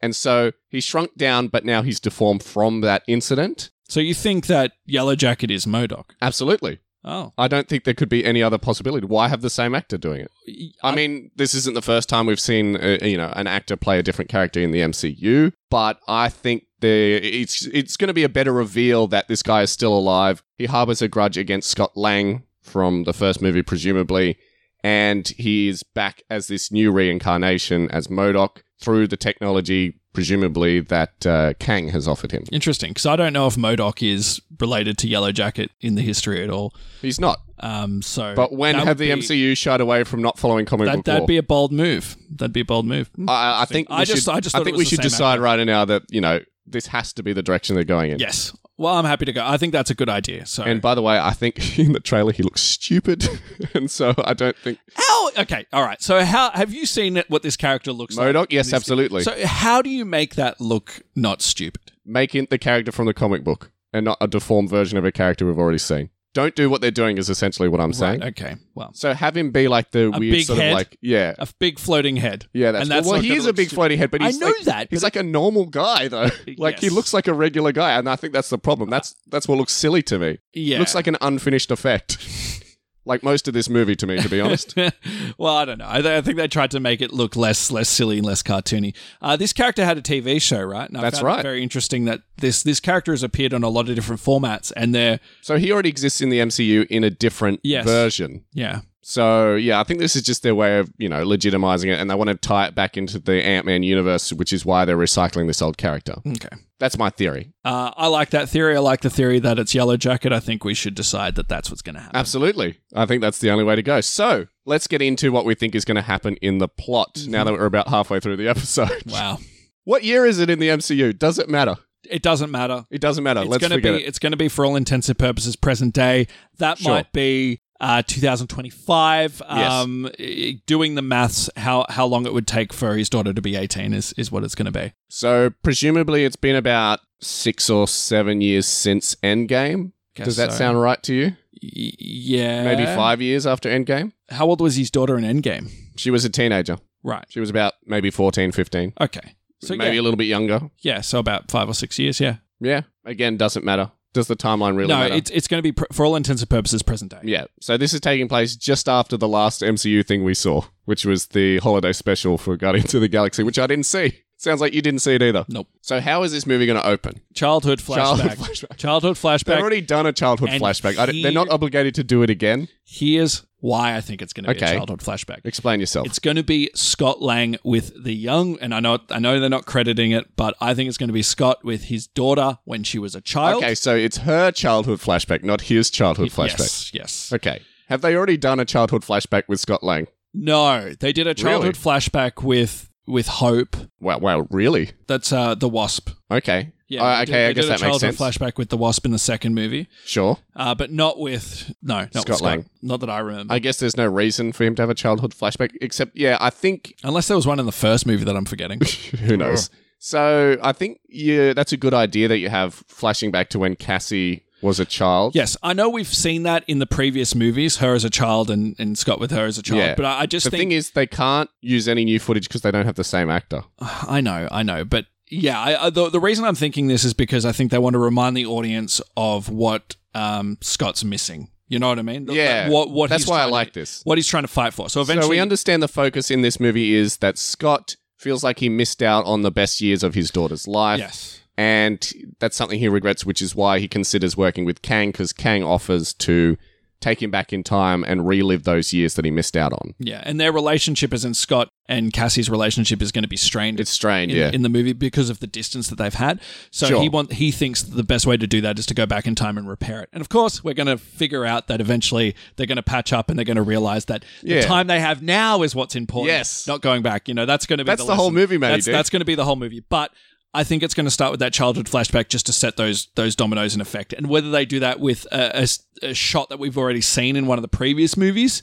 S2: and so he shrunk down, but now he's deformed from that incident.
S3: So you think that Yellow Jacket is Modoc?
S2: Absolutely.
S3: Oh.
S2: I don't think there could be any other possibility. Why have the same actor doing it? I mean, this isn't the first time we've seen uh, you know an actor play a different character in the MCU, but I think the it's it's going to be a better reveal that this guy is still alive. He harbors a grudge against Scott Lang from the first movie, presumably, and he is back as this new reincarnation as Modoc through the technology, presumably that uh, Kang has offered him.
S3: Interesting, because I don't know if Modoc is related to Yellow Jacket in the history at all.
S2: He's not.
S3: Um, so,
S2: But when
S3: that
S2: have
S3: would
S2: the
S3: be-
S2: MCU shied away from not following comic
S3: That,
S2: book
S3: that'd
S2: lore?
S3: be a bold move. That'd be a bold move.
S2: I, I think we
S3: I just-
S2: should,
S3: I just thought
S2: think
S3: it
S2: we
S3: was the
S2: should
S3: same
S2: decide right now that you know this has to be the direction they're going in.
S3: Yes. Well, I'm happy to go. I think that's a good idea. So,
S2: And by the way, I think in the trailer he looks stupid, and so I don't think
S3: how? Okay, all right. So, how have you seen it, what this character looks like?
S2: Modoc. Yes, absolutely.
S3: So, how do you make that look not stupid?
S2: Making the character from the comic book and not a deformed version of a character we've already seen. Don't do what they're doing is essentially what I'm saying.
S3: Right, okay. Well,
S2: So have him be like the
S3: A
S2: weird
S3: big
S2: sort
S3: head?
S2: of like yeah.
S3: a big floating head.
S2: yeah, that's,
S3: and that's
S2: well.
S3: not
S2: He
S3: gonna
S2: is a
S3: look
S2: big
S3: stupid.
S2: floaty head, but
S3: I
S2: he's
S3: know
S2: like-
S3: that,
S2: he's like a normal guy though. like he
S3: Yes.
S2: looks like a regular guy, and I think that's the problem. That's that's what looks silly to me.
S3: Yeah.
S2: Looks like an unfinished effect. like most of this movie to me, to be honest.
S3: well, I don't know. I, I think they tried to make it look less less silly and less cartoony. Uh, this character had a TV show, right? And I
S2: That's
S3: found
S2: right.
S3: It very interesting that this this character has appeared on a lot of different formats, and they're
S2: so he already exists in the MCU in a different
S3: Yes.
S2: version.
S3: yeah.
S2: So yeah, I think this is just their way of you know legitimizing it, and they want to tie it back into the Ant Man universe, which is why they're recycling this old character.
S3: Okay.
S2: That's my theory.
S3: Uh, I like that theory. I like the theory that it's Yellow Jacket. I think we should decide that that's what's going to happen.
S2: Absolutely, I think that's the only way to go. So let's get into what we think is going to happen in the plot.
S3: Mm-hmm.
S2: Now that we're about halfway through the episode,
S3: Wow.
S2: what year is it in the MCU? Does it matter?
S3: It doesn't matter.
S2: It doesn't matter.
S3: It's
S2: Uh, let's
S3: going to
S2: forget
S3: be
S2: it.
S3: it's going to be for all intents and purposes present day. That
S2: Sure.
S3: might be uh, 2025.
S2: Yes.
S3: Um, i- doing the maths, how how long it would take for his daughter to be 18 is is what it's going to be.
S2: So presumably, it's been about six or seven years since Endgame.
S3: Guess
S2: Does that
S3: so.
S2: sound right to you?
S3: Y- yeah,
S2: Maybe five years after Endgame.
S3: How old was his daughter in Endgame?
S2: She was a teenager.
S3: Right.
S2: She was about maybe 14, 15.
S3: Okay. So
S2: maybe
S3: yeah,
S2: a little bit younger.
S3: yeah, so about five or six years. Yeah.
S2: Yeah. Again, doesn't matter. Does the timeline really
S3: no,
S2: matter?
S3: it's it's going to be pr- for all intents and purposes present day.
S2: yeah. So this is taking place just after the last MCU thing we saw, which was the holiday special for Guardians of the Galaxy, which I didn't see. Sounds like you didn't see it either.
S3: Nope.
S2: So how is this movie going to open?
S3: Childhood
S2: Childhood
S3: flashback.
S2: flashback.
S3: Childhood
S2: They've
S3: flashback.
S2: already done a childhood
S3: And
S2: flashback. I d-
S3: he-
S2: they're not obligated to do it again.
S3: Here's why I think it's going to be a
S2: Okay.
S3: childhood flashback.
S2: Explain yourself.
S3: It's going to be Scott Lang with the young, and I know I know they're not crediting it, but I think it's going to be Scott with his daughter when she was a child.
S2: okay, so it's her childhood flashback, not his childhood flashback.
S3: Yes, yes.
S2: Okay. Have they already done a childhood flashback with Scott Lang?
S3: No, they did a childhood
S2: Really?
S3: flashback with with Hope.
S2: Wow, wow, really?
S3: That's uh, the Wasp.
S2: Okay.
S3: Yeah,
S2: Uh,
S3: they
S2: okay,
S3: did-
S2: I
S3: they
S2: guess
S3: did a
S2: that makes
S3: childhood
S2: sense.
S3: flashback with the Wasp in the second movie,
S2: sure.
S3: uh, but not with no, not
S2: Scott
S3: with Scott.
S2: Lang.
S3: Not that I remember.
S2: I guess there's no reason for him to have a childhood flashback, except, yeah, I think,
S3: Unless there was one in the first movie that I'm forgetting.
S2: who knows? So I think yeah, that's a good idea that you have flashing back to when Cassie was a child.
S3: Yes, I know we've seen that in the previous movies, her as a child and, and Scott with her as a child.
S2: Yeah.
S3: But I, I just
S2: The
S3: think
S2: thing is, they can't use any new footage because they don't have the same actor.
S3: I know, I know, but yeah, I, I, the, the reason I'm thinking this is because I think they want to remind the audience of what um, Scott's missing. You know what I mean? Th-
S2: Yeah,
S3: that- what, what
S2: That's
S3: he's
S2: why I
S3: trying to-
S2: like this.
S3: what he's trying to fight for. So eventually,
S2: so we understand the focus in this movie is that Scott feels like he missed out on the best years of his daughter's life.
S3: yes,
S2: And that's something he regrets, which is why he considers working with Kang, because Kang offers to take him back in time and relive those years that he missed out on.
S3: yeah, and their relationship is in Scott and Cassie's relationship is going to be strained.
S2: It's strange,
S3: in,
S2: yeah.
S3: in the movie because of the distance that they've had. So
S2: Sure.
S3: he want he thinks that the best way to do that is to go back in time and repair it. And of course, we're going to figure out that eventually they're going to patch up and they're going to realize that
S2: Yeah.
S3: the time they have now is what's important.
S2: Yes.
S3: not going back. You know, that's going to be
S2: That's
S3: the,
S2: the whole
S3: lesson.
S2: movie, matey,
S3: That's,
S2: dude.
S3: that's going to be the whole movie, but. I think it's going to start with that childhood flashback just to set those those dominoes in effect, and whether they do that with a, a s- a shot that we've already seen in one of the previous movies,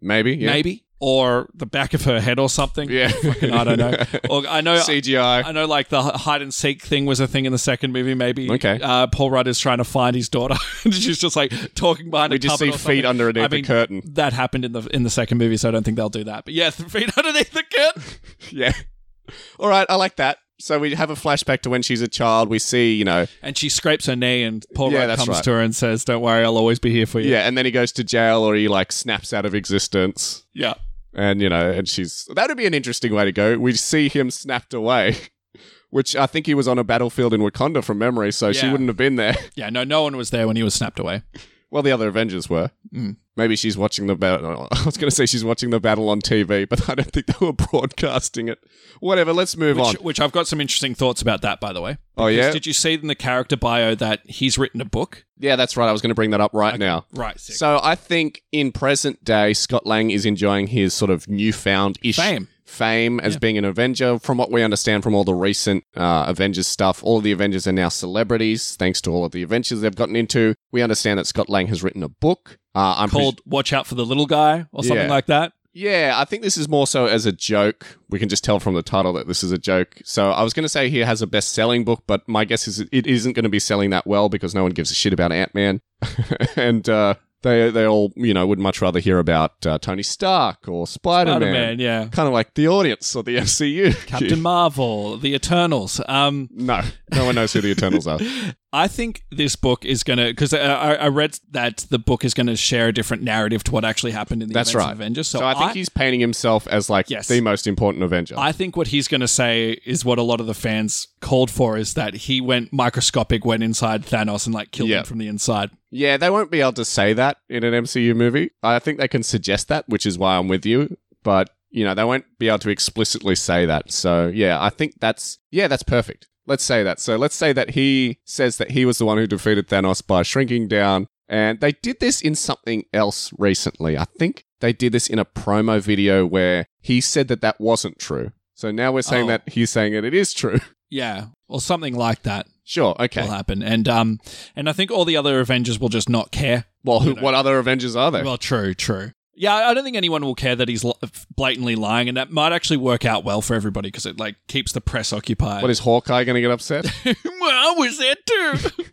S2: Maybe, yeah.
S3: maybe, or the back of her head or something.
S2: Yeah.
S3: Fucking, I don't know. Or I know
S2: CGI.
S3: I know, like the h- hide and seek thing was a thing in the second movie. Maybe
S2: Okay.
S3: Uh, Paul Rudd is trying to find his daughter, and she's just like talking behind.
S2: we
S3: a
S2: just
S3: cupboard
S2: see
S3: or
S2: feet
S3: something.
S2: underneath
S3: I mean,
S2: the curtain.
S3: That happened in the in the second movie, so I don't think they'll do that. But yeah, th- feet underneath the curtain.
S2: Yeah. All right, I like that. So we have a flashback to when she's a child. We see, you know,
S3: And she scrapes her knee, and Paul
S2: Yeah,
S3: Rudd
S2: that's
S3: comes
S2: right.
S3: to her and says, "Don't worry, I'll always be here for you."
S2: yeah, and then he goes to jail or he like snaps out of existence.
S3: yeah.
S2: And, you know, and she's. That would be an interesting way to go. We see him snapped away, which I think he was on a battlefield in Wakanda from memory, so she
S3: Yeah.
S2: wouldn't have been there.
S3: Yeah, No, no one was there when he was snapped away.
S2: Well, the other Avengers were.
S3: Mm.
S2: Maybe she's watching the battle. I was going to say she's watching the battle on TV, but I don't think they were broadcasting it. Whatever, let's move on.
S3: Which, which I've got some interesting thoughts about that, by the way.
S2: Oh,
S3: Because
S2: yeah?
S3: Did you see in the character bio that he's written a book?
S2: Yeah, that's right. I was going to bring that up right now.
S3: Right. Sick.
S2: So I think in present day, Scott Lang is enjoying his sort of newfound ish
S3: Fame.
S2: fame as being an Avenger. From what we understand from all the recent uh, Avengers stuff, all of the Avengers are now celebrities thanks to all of the adventures they've gotten into. We understand that Scott Lang has written a book. Uh, I'm pres-
S3: Called "Watch Out for the Little Guy" or something
S2: Yeah.
S3: like that.
S2: Yeah, I think this is more so as a joke. We can just tell from the title that this is a joke. So I was going to say he has a best selling book, but my guess is it isn't going to be selling that well because no one gives a shit about Ant Man. and uh, they, they all, you know, would much rather hear about uh, Tony Stark or Spider
S3: Spider
S2: Man.
S3: Man, yeah.
S2: Kind of like the audience or the MCU.
S3: Captain Marvel, The Eternals. Um,
S2: no, no one knows who the Eternals are.
S3: I think this book is going to because I, I I read that the book is going to share a different narrative to what actually happened in the
S2: That's
S3: events
S2: right.
S3: of Avengers. So,
S2: So I think he's painting himself as like
S3: Yes.
S2: the most important Avenger.
S3: I think what he's going to say is what a lot of the fans called for is that he went microscopic, went inside Thanos and like killed
S2: Yeah.
S3: him from the inside.
S2: Yeah, they won't be able to say that in an MCU movie. I think they can suggest that, which is why I'm with you. But, you know, they won't be able to explicitly say that. So, yeah, I think that's, yeah, that's perfect. Let's say that. So, let's say that he says that he was the one who defeated Thanos by shrinking down. And they did this in something else recently. I think they did this in a promo video where he said that that wasn't true. So now we're saying
S3: Oh.
S2: that he's saying that it is true.
S3: Yeah, or something like that
S2: Sure. Okay.
S3: will happen. And um, and I think all the other Avengers will just not care.
S2: Well, who, what other Avengers are there?
S3: Well, true, true. Yeah, I don't think anyone will care that he's li- blatantly lying, and that might actually work out well for everybody because it like keeps the press occupied.
S2: what is Hawkeye going to get upset?
S3: well, I was there too.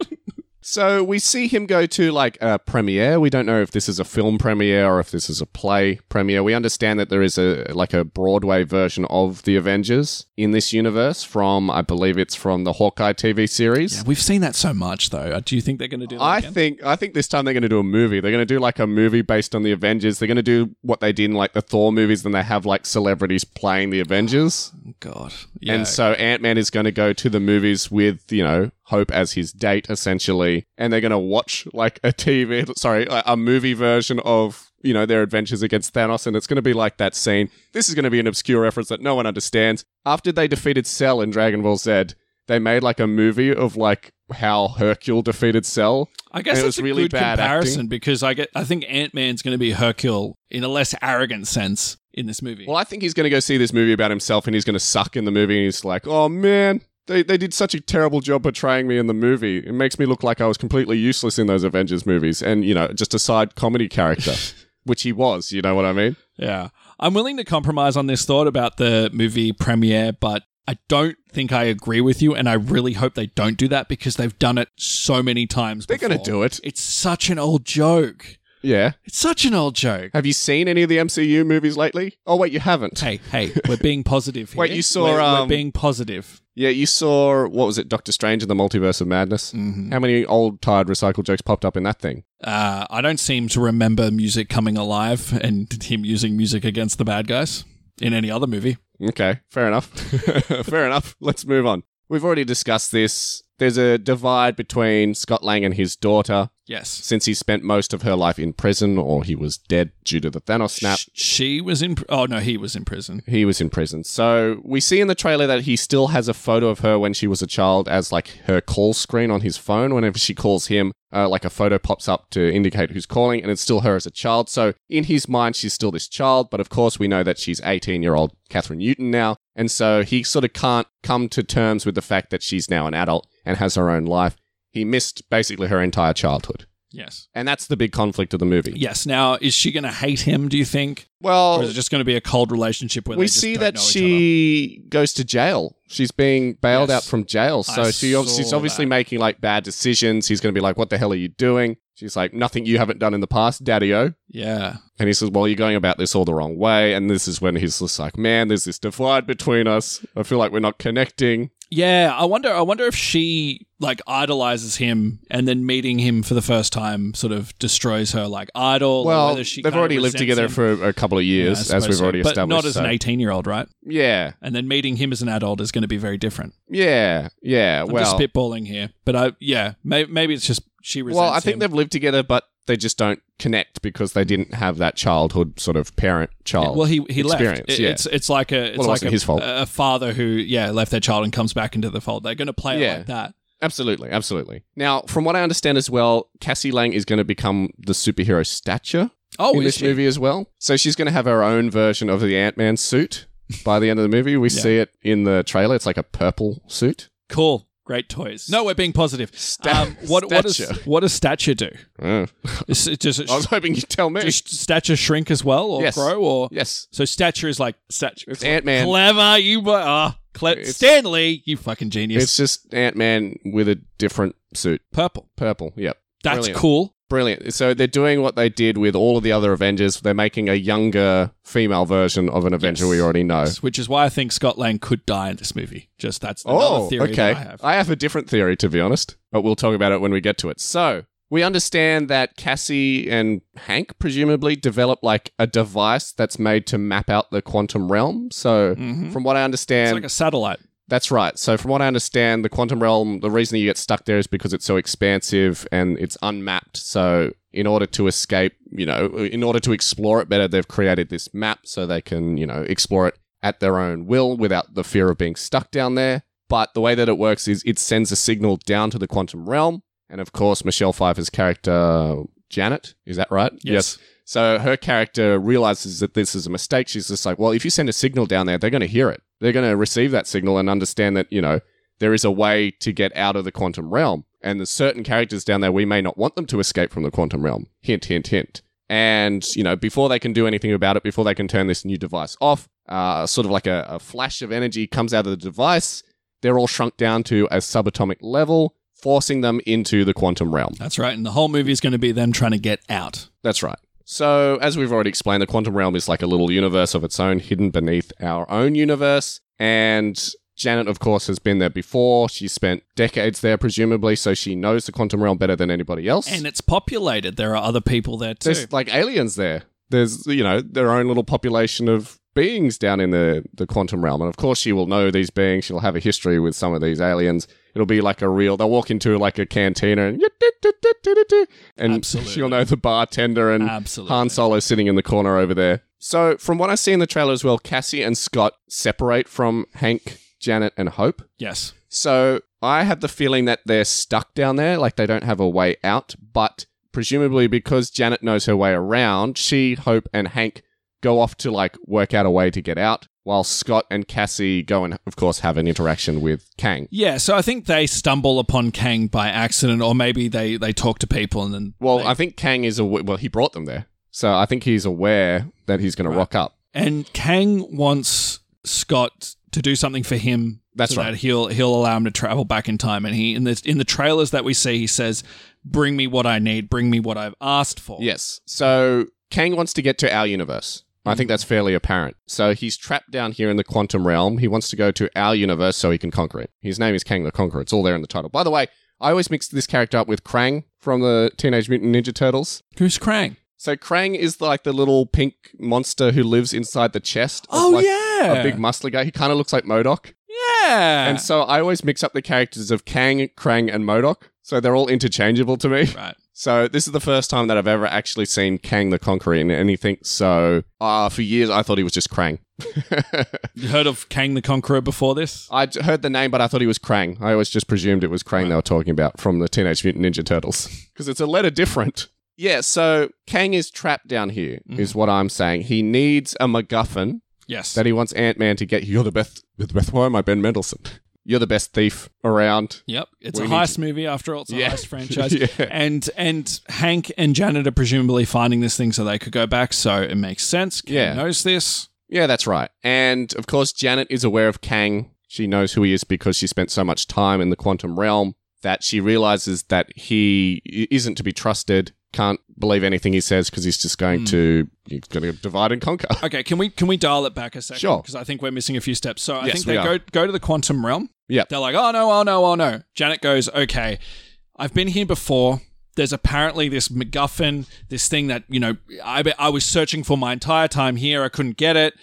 S2: So we see him go to like a premiere. We don't know if this is a film premiere or if this is a play premiere. We understand that there is a like a Broadway version of the Avengers in this universe from I believe it's from the Hawkeye TV series.
S3: We've seen that so much, though. Uh, Do you think they're going to do that
S2: I
S3: again?
S2: think I think this time they're going to do a movie. They're going to do like a movie based on the Avengers. They're going to do what they did in like the Thor movies. Then they have like celebrities playing the Avengers.
S3: God, yeah.
S2: And so Ant Man is going to go to the movies with, you know, Hope as his date, essentially. And they're going to watch like a TV, sorry, a a movie version of, you know, their adventures against Thanos. And it's going to be like that scene. This is going to be an obscure reference that no one understands. After they defeated Cell in Dragon Ball Z, they made like a movie of like how Hercule defeated Cell.
S3: I guess
S2: and it
S3: it's
S2: was
S3: a
S2: really
S3: good
S2: bad
S3: comparison
S2: acting.
S3: because I get I think Ant Man's going to be Hercule in a less arrogant sense in this movie.
S2: Well, I think he's going to go see this movie about himself and he's going to suck in the movie. And he's like, oh man, they, they did such a terrible job portraying me in the movie. It makes me look like I was completely useless in those Avengers movies and, you know, just a side comedy character, which he was, you know what I mean?
S3: Yeah. I'm willing to compromise on this thought about the movie premiere, but I don't think I agree with you. And I really hope they don't do that because they've done it so many times.
S2: They're going to do it.
S3: It's such an old joke.
S2: Yeah.
S3: It's such an old joke.
S2: Have you seen any of the MCU movies lately? Oh, wait, you haven't.
S3: Hey, hey, we're being positive here.
S2: Wait, you saw,
S3: We're,
S2: um,
S3: we're being positive.
S2: Yeah, you saw, what was it, Doctor Strange and the Multiverse of Madness?
S3: Mhm.
S2: How many old, tired, recycled jokes popped up in that thing?
S3: Uh, I don't seem to remember music coming alive and him using music against the bad guys in any other movie.
S2: Okay, fair enough. fair enough. Let's move on. We've already discussed this. There's a divide between Scott Lang and his daughter
S3: Yes.
S2: since he spent most of her life in prison or he was dead due to the Thanos snap.
S3: Sh- she was in. Pr- oh, no, he was in prison.
S2: He was in prison. So we see in the trailer that he still has a photo of her when she was a child as like her call screen on his phone. Whenever she calls him, uh, like a photo pops up to indicate who's calling, and it's still her as a child. So in his mind, she's still this child. But of course, we know that she's 18 year old Catherine Newton now. And so he sort of can't come to terms with the fact that she's now an adult and has her own life. He missed basically her entire childhood.
S3: Yes.
S2: And that's the big conflict of the movie.
S3: Yes. Now, is she going to hate him? Do you think,
S2: Well,
S3: or is it just going to be a cold relationship where
S2: Oh. we
S3: they just
S2: see
S3: don't
S2: that
S3: know each
S2: she goes to jail. She's being bailed
S3: Yes.
S2: out from jail, so
S3: I
S2: she obviously, she's
S3: saw
S2: obviously
S3: that.
S2: making like bad decisions. He's going to be like, "What the hell are you doing?" She's like, "Nothing you haven't done in the past, Daddy-O."
S3: other? Yeah.
S2: And he says, "Well, you're going about this all the wrong way." And this is when he's just like, "Man, there's this divide between us. I feel like we're not connecting."
S3: Yeah. I wonder. I wonder if she like idolizes him, and then meeting him for the first time sort of destroys her like idol. or
S2: Well,
S3: whether she
S2: they've
S3: kinda
S2: already lived
S3: resents
S2: together
S3: him.
S2: for a couple of
S3: Yeah, I
S2: years, as
S3: suppose
S2: we've
S3: so.
S2: already
S3: but
S2: established.
S3: not as
S2: so-
S3: an eighteen-year-old, right?
S2: yeah,
S3: And then meeting him as an adult is going to be very different.
S2: yeah, yeah.
S3: I'm
S2: well,
S3: just spitballing here, but I yeah, may- maybe it's just she resents
S2: Well, I think
S3: him.
S2: they've lived together, but they just don't connect because they didn't have that childhood sort of parent child.
S3: well, he he
S2: experience,
S3: left. It-
S2: yeah.
S3: It's it's like a it's
S2: Well, it
S3: like
S2: wasn't
S3: a,
S2: his fault.
S3: a father who yeah left their child and comes back into the fold. They're going to play
S2: Yeah.
S3: it like that.
S2: absolutely, absolutely. Now, from what I understand as well, Cassie Lang is going to become the superhero stature
S3: Oh,
S2: in
S3: is
S2: this
S3: she?
S2: movie as well. So she's going to have her own version of the Ant Man suit by the end of the movie. We
S3: Yeah.
S2: see it in the trailer. It's like a purple suit.
S3: Cool. Great toys. No, we're being positive.
S2: Sta-
S3: um, what what does
S2: stature.
S3: what does stature do?
S2: Uh,
S3: Is it just,
S2: I was hoping you'd tell me.
S3: does stature shrink as well or
S2: Yes.
S3: grow or
S2: yes,
S3: so stature is like stature.
S2: it's Ant Man.
S3: Clever, you bu- ah, cle-
S2: It's-
S3: Stanley, you fucking genius.
S2: It's just Ant Man with a different suit.
S3: purple.
S2: Purple. Yep.
S3: That's
S2: Brilliant.
S3: cool.
S2: Brilliant. So they're doing what they did with all of the other Avengers. They're making a younger female version of an Avenger
S3: Yes.
S2: we already know.
S3: Which is why I think Scott Lang could die in this movie. Just that's another
S2: Oh,
S3: theory
S2: okay.
S3: that I have.
S2: a different theory, to be honest, but we'll talk about it when we get to it. So we understand that Cassie and Hank presumably develop like a device that's made to map out the quantum realm. So
S3: Mhm.
S2: from what I
S3: It's
S2: understand,
S3: like a satellite.
S2: That's right. So, from what I understand, the quantum realm, the reason you get stuck there is because it's so expansive and it's unmapped. So, in order to escape, you know, in order to explore it better, they've created this map so they can, you know, explore it at their own will without the fear of being stuck down there. But the way that it works is it sends a signal down to the quantum realm. And of course, Michelle Pfeiffer's character, Janet, is that right?
S3: Yes.
S2: So her character realizes that this is a mistake. She's just like, well, if you send a signal down there, they're going to hear it. They're going to receive that signal and understand that, you know, there is a way to get out of the quantum realm. And there's certain characters down there we may not want them to escape from the quantum realm. Hint, hint, hint. And, you know, before they can do anything about it, before they can turn this new device off, uh, sort of like a, a flash of energy comes out of the device. They're all shrunk down to a subatomic level, forcing them into the quantum realm.
S3: That's right. And the whole movie is going to be them trying to get out.
S2: That's right. So, as we've already explained, the quantum realm is like a little universe of its own, hidden beneath our own universe. And Janet, of course, has been there before. She spent decades there, presumably, so she knows the quantum realm better than anybody else.
S3: And it's populated. There are other people there too.
S2: There's like aliens there. There's, you know, their own little population of beings down in the, the quantum realm. And of course, she will know these beings. She'll have a history with some of these aliens. It'll be like a real, they'll walk into like a cantina and, and
S3: Absolutely. Uh,
S2: she'll know the bartender and
S3: Absolutely.
S2: Han Solo sitting in the corner over there. So, from what I see in the trailer as well, Cassie and Scott separate from Hank, Janet, and Hope.
S3: yes.
S2: So I had the feeling that they're stuck down there, like they don't have a way out. But presumably, because Janet knows her way around, she, Hope, and Hank go off to like work out a way to get out, while Scott and Cassie go and, of course, have an interaction with Kang.
S3: Yeah, so I think they stumble upon Kang by accident, or maybe they, they talk to people and then
S2: Well, I think Kang is aw- well, he brought them there, so I think he's aware that he's going to rock up.
S3: and Kang wants Scott to do something for him.
S2: That's
S3: so
S2: right.
S3: That he'll he'll allow him to travel back in time, and he in the in the trailers that we see, he says, "Bring me what I need. Bring me what I've asked for."
S2: Yes. So Kang wants to get to our universe. I think that's fairly apparent. So he's trapped down here in the quantum realm. He wants to go to our universe so he can conquer it. His name is Kang the Conqueror. It's all there in the title. By the way, I always mix this character up with Krang from the Teenage Mutant Ninja Turtles.
S3: Who's Krang?
S2: So Krang is like the little pink monster who lives inside the chest. of,
S3: Oh
S2: like,
S3: yeah,
S2: A big muscly guy. He kind of looks like Modoc.
S3: yeah.
S2: And so I always mix up the characters of Kang, Krang, and Modoc. So they're all interchangeable to me.
S3: right.
S2: So this is the first time that I've ever actually seen Kang the Conqueror in anything. So uh, for years I thought he was just Krang.
S3: You heard of Kang the Conqueror before this?
S2: I j- heard the name, but I thought he was Krang. I always just presumed it was Krang they were talking about from the Teenage Mutant Ninja Turtles because it's a letter different. Yeah, so Kang is trapped down here, is what I'm saying. He needs a MacGuffin
S3: Yes.
S2: that he wants Ant Man to get. You're the best. You're the best. Why am I Ben Mendelsohn? You're the best thief around.
S3: Yep, it's
S2: We
S3: a
S2: need
S3: heist movie after all. It's a
S2: Yeah.
S3: heist franchise,
S2: Yeah.
S3: and and Hank and Janet are presumably finding this thing so they could go back. So it makes sense. Ken
S2: Yeah.
S3: knows this.
S2: Yeah, that's right. And of course, Janet is aware of Kang. She knows who he is because she spent so much time in the quantum realm that she realizes that he i- isn't to be trusted. Can't believe anything he says because he's just
S3: Hmm.
S2: going to he's going to divide and conquer.
S3: Okay, can we can we dial it back a second?
S2: Sure.
S3: because I think we're missing a few steps. So I
S2: Yes,
S3: think
S2: we
S3: they
S2: are.
S3: go go to the quantum realm.
S2: Yep.
S3: they're like, oh no, oh no, oh no. Janet goes, okay, I've been here before. There's apparently this MacGuffin, this thing that you know I I was searching for my entire time here. I couldn't get it.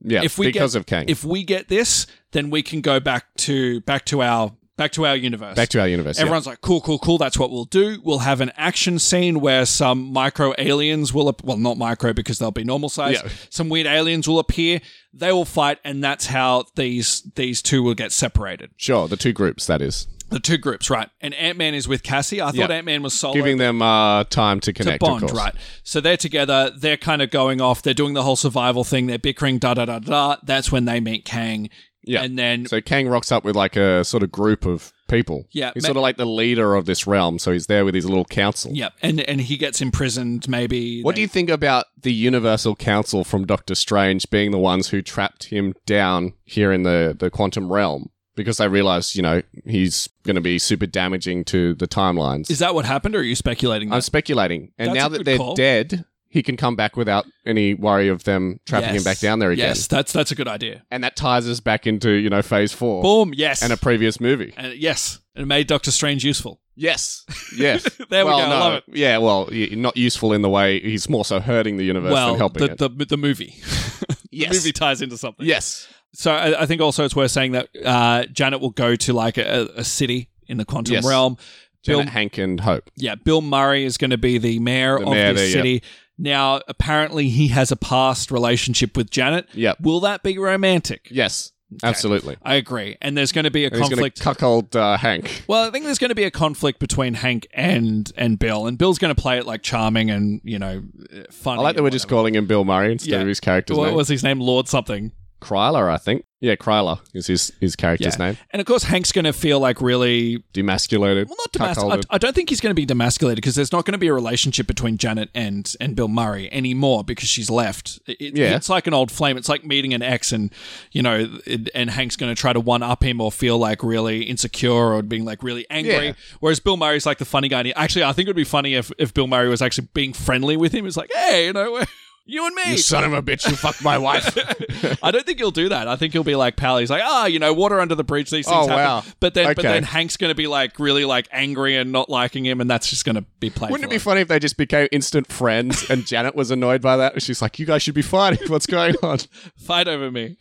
S2: Yeah,
S3: if we
S2: because
S3: get,
S2: of Kang.
S3: If we get this, then we can go back to back to our back to our universe.
S2: Back to our universe. yeah.
S3: Everyone's like, cool, cool, cool. That's what we'll do. We'll have an action scene where some micro aliens will, ap- well, not micro because they'll be normal size.
S2: Yeah.
S3: Some weird aliens will appear. They will fight, and that's how these these two will get separated.
S2: Sure, the two groups that is
S3: The two groups, right? And Ant Man is with Cassie. I thought
S2: Yeah.
S3: Ant Man was solo.
S2: giving them uh, time to
S3: to
S2: connect. of
S3: bond,
S2: course.
S3: right? So they're together. They're kind of going off. They're doing the whole survival thing. They're bickering, da da da da. That's when they meet Kang.
S2: Yeah.
S3: and then
S2: So Kang rocks up with like a sort of group of people.
S3: Yeah,
S2: he's
S3: ma-
S2: sort of like the leader of this realm. So he's there with his little council.
S3: Yep, and and he gets imprisoned. Maybe
S2: What do you think about the Universal Council from Doctor Strange being the ones who trapped him down here in the, the quantum realm? Because they realized, you know, he's going to be super damaging to the timelines.
S3: Is that what happened, or are you speculating?
S2: I'm
S3: That?
S2: speculating. And
S3: That's
S2: now
S3: a
S2: that
S3: good
S2: they're
S3: call.
S2: dead, he can come back without any worry of them trapping him
S3: Yes.
S2: back down there again.
S3: Yes, that's that's a good idea.
S2: And that ties us back into, you know, phase four
S3: Boom. Yes,
S2: and a previous movie.
S3: And- yes, it made Doctor Strange useful.
S2: Yes. Yes.
S3: There we
S2: well,
S3: go.
S2: No.
S3: I love it.
S2: Yeah, well, y- not useful in the way he's more so hurting the universe than
S3: well,
S2: helping
S3: the,
S2: it.
S3: the the movie.
S2: yes.
S3: The movie ties into something.
S2: yes.
S3: so I, I think also it's worth saying that uh, Janet will go to like a, a city in the quantum
S2: Yes.
S3: realm. Bill-
S2: Janet, Hank, and Hope.
S3: Yeah, Bill Murray is going to be the mayor
S2: The
S3: of
S2: mayor
S3: this
S2: there, yeah.
S3: city. Now, apparently, he has a past relationship with Janet.
S2: Yep.
S3: Will that be romantic?
S2: Yes, absolutely.
S3: I agree. And there's going to be a
S2: And he's going
S3: conflict.
S2: to cuckold uh, Hank.
S3: Well, I think there's going to be a conflict between Hank and and Bill, and Bill's going to play it like charming and you know uh, funny.
S2: I like that
S3: and
S2: we're just
S3: whatever.
S2: calling him Bill Murray instead
S3: Yeah.
S2: of his character's
S3: What
S2: name.
S3: was his name? Lord something.
S2: Kryler, I think. Yeah, Kryler is his, his character's
S3: Yeah.
S2: name.
S3: And of course, Hank's going to feel like really
S2: Demasculated.
S3: well, not demasculated. I, I don't think he's going to be demasculated because there's not going to be a relationship between Janet and and Bill Murray anymore because she's left. It- it-
S2: Yeah.
S3: it's like an old flame. It's like meeting an ex, and you know, it, and Hank's going to try to one up him or feel like really insecure or being like really angry.
S2: Yeah.
S3: Whereas Bill Murray's like the funny guy. And he, actually, I think it would be funny if if Bill Murray was actually being friendly with him. It's like, hey, you know, we're- you and me.
S2: You son of a bitch, you fucked my wife.
S3: I don't think he'll do that. I think he'll be like pal. He's like, ah, you know, water under the bridge. These things
S2: Oh,
S3: happen.
S2: wow.
S3: But then, but
S2: Okay.
S3: then Hank's going to be like really like angry and not liking him, and that's just going to be playful.
S2: Wouldn't it be funny if they just became instant friends and Janet was annoyed by that? She's like, you guys should be fighting. What's going on?
S3: fight over me?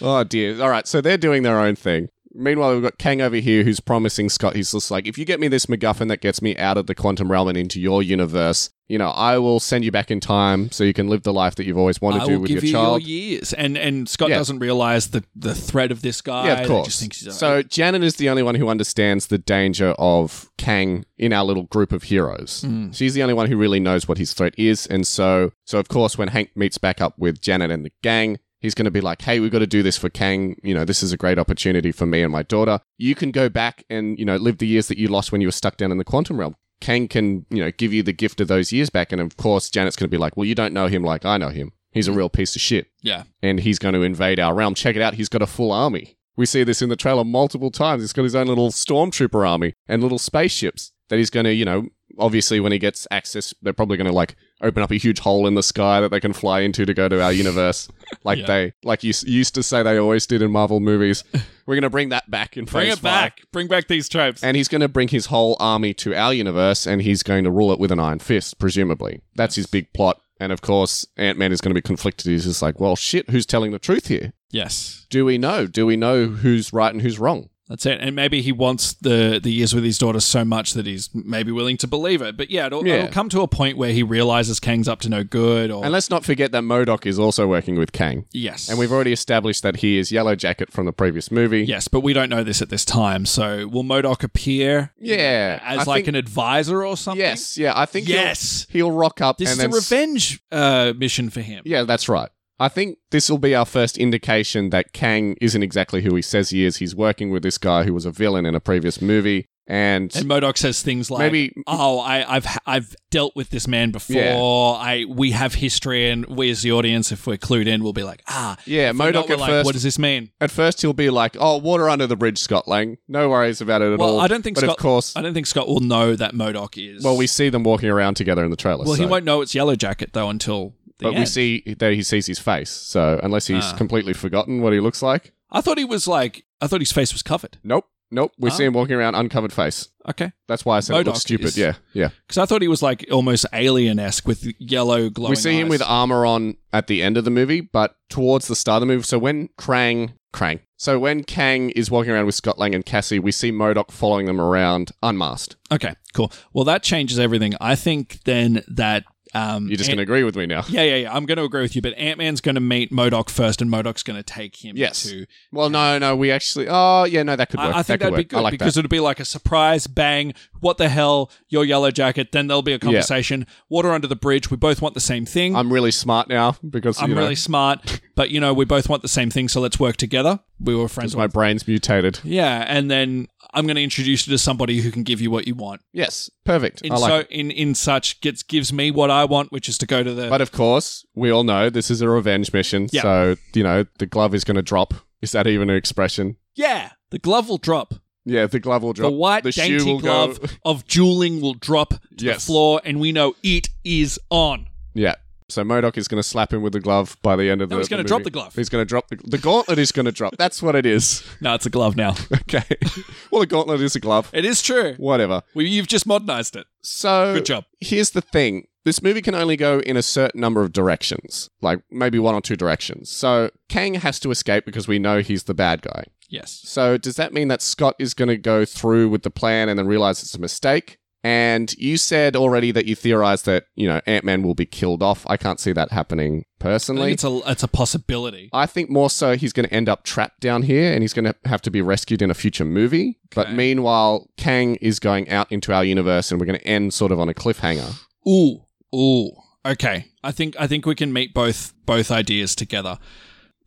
S2: Oh, dear. All right, so they're doing their own thing. Meanwhile, we've got Kang over here who's promising Scott, he's just like, if you get me this MacGuffin that gets me out of the quantum realm and into your universe, you know, I will send you back in time so you can live the life that you've always wanted
S3: I
S2: to
S3: will
S2: with
S3: give
S2: your
S3: you
S2: child.
S3: your years. And and Scott
S2: Yeah.
S3: doesn't realize the the threat of this guy.
S2: yeah, of
S3: They Just
S2: course.
S3: thinks he's
S2: so Janet is the only one who understands the danger of Kang in our little group of heroes.
S3: Mm,
S2: She's the only one who really knows what his threat is, and so so of course when Hank meets back up with Janet and the gang, he's going to be like, "Hey, we've got to do this for Kang. You know, this is a great opportunity for me and my daughter. You can go back and you know live the years that you lost when you were stuck down in the quantum realm." Kang can, you know, give you the gift of those years back. And of course, Janet's going to be like, well, you don't know him like I know him. He's a real piece of shit
S3: yeah.
S2: and he's going to invade our realm. Check it out, he's got a full army. We see this in the trailer multiple times. He's got his own little stormtrooper army and little spaceships that he's going to, you know, obviously when he gets access, they're probably going to like open up a huge hole in the sky that they can fly into to go to our universe. Like
S3: Yeah.
S2: they, like you s- used to say they always did in Marvel movies. We're going to bring that back in
S3: Bring
S2: phase
S3: it
S2: five.
S3: back. Bring back these tropes.
S2: And he's going to bring his whole army to our universe and he's going to rule it with an iron fist, presumably. That's his big plot. And of course, Ant Man is going to be conflicted. He's just like, well, shit, who's telling the truth here?
S3: yes,
S2: Do we know? Do we know who's right and who's wrong?
S3: that's it. And maybe he wants the the years with his daughter so much that he's maybe willing to believe it. But yeah, it'll,
S2: Yeah.
S3: it'll come to a point where he realizes Kang's up to no good. Or
S2: And let's not forget that Modoc is also working with Kang.
S3: yes,
S2: And we've already established that he is Yellow Jacket from the previous movie.
S3: Yes, but we don't know this at this time. So will Modoc appear
S2: Yeah.
S3: as
S2: I
S3: like
S2: think-
S3: an advisor or something?
S2: Yes. Yeah. I think he'll-
S3: Yes.
S2: he'll, rock up
S3: This
S2: and
S3: is a
S2: then s-
S3: revenge uh, mission for him.
S2: Yeah, that's right. I think this will be our first indication that Kang isn't exactly who he says he is. He's working with this guy who was a villain in a previous movie, and,
S3: And Modoc says things like,
S2: Maybe-
S3: "Oh, I, I've I've dealt with this man before.
S2: Yeah.
S3: I we have history, and we as the audience, if we're clued in, will be like, ah,
S2: yeah,
S3: If we're not,
S2: Modoc
S3: we're
S2: at
S3: like,
S2: first.
S3: what does this mean?
S2: at first, he'll be like, "Oh, water under the bridge, Scott Lang. No worries about it at
S3: Well,
S2: all."
S3: I don't think
S2: but
S3: Scott.
S2: of course,
S3: I don't think Scott will know that Modoc is.
S2: well, we see them walking around together in the trailer.
S3: well, he
S2: so-
S3: won't know it's Yellow Jacket though until. The
S2: But we
S3: end.
S2: see that he sees his face. So unless he's
S3: Ah.
S2: completely forgotten what he looks like,
S3: I thought he was like. I thought his face was covered.
S2: nope, nope. We see
S3: Ah.
S2: him walking around uncovered face.
S3: Okay.
S2: That's why I said it
S3: Modok
S2: looks stupid.
S3: is-
S2: Yeah, yeah.
S3: Because I thought he was like almost alien esque with yellow glowing.
S2: we see him
S3: eyes.
S2: with armor on at the end of the movie, but towards the start of the movie. So when Krang, Krang, so when Kang is walking around with Scott Lang and Cassie, we see Modoc following them around unmasked.
S3: Okay, cool. Well, that changes everything. I think then that um,
S2: You're just
S3: Ant-
S2: going to agree with me now.
S3: yeah, yeah, yeah. I'm going to agree with you, but Ant Man's going to meet Modoc first, and Modoc's going to take him.
S2: Yes.
S3: to.
S2: Well, no, no, we actually. Oh, yeah, no, that could work.
S3: I, I think
S2: that could
S3: that'd be
S2: work.
S3: good
S2: I like
S3: because
S2: that.
S3: it'd be like a surprise bang. What the hell? Your yellow jacket. Then there'll be a conversation. Water under the bridge. We both want the same thing. I'm,
S2: I'm really smart now because you know,
S3: really smart, but you know we both want the same thing, so let's work together. We were friends.
S2: my
S3: With-
S2: brain's mutated.
S3: yeah, and then I'm going to introduce you to somebody who can give you what you want.
S2: Yes, perfect.
S3: in
S2: I like
S3: so in in such gets gives me what I want, which is to go to the.
S2: But of course, we all know this is a revenge mission.
S3: Yeah.
S2: So, you know, the glove is going to drop. Is that even an expression?
S3: yeah, the glove will drop.
S2: Yeah, the glove will drop.
S3: the white
S2: shoe
S3: dainty
S2: will
S3: glove
S2: Go.
S3: of dueling will drop to the
S2: Yes.
S3: floor, and we know it is on.
S2: Yeah. So Modoc is going to slap him with the glove by the end of the.
S3: No, he's
S2: going
S3: gonna
S2: to
S3: drop the glove.
S2: He's going to drop the, the gauntlet. Is going to drop. That's what it is.
S3: No, it's a glove now.
S2: Okay. well, a gauntlet is a glove.
S3: it is true.
S2: Whatever.
S3: Well, you've just modernized it.
S2: So
S3: Good job.
S2: here's the thing. this movie can only go in a certain number of directions, like maybe one or two directions. So Kang has to escape because we know he's the bad guy.
S3: Yes.
S2: So does that mean that Scott is going to go through with the plan and then realize it's a mistake? And you said already that you theorized that, you know, Ant Man will be killed off. I can't see that happening
S3: I think
S2: personally.
S3: it's a it's a possibility.
S2: I think more so he's going to end up trapped down here and he's going to have to be rescued in a future movie. But
S3: Okay.
S2: meanwhile, Kang is going out into our universe and we're going to end sort of on a cliffhanger.
S3: Ooh, ooh. Okay, I think I think we can meet both both ideas together.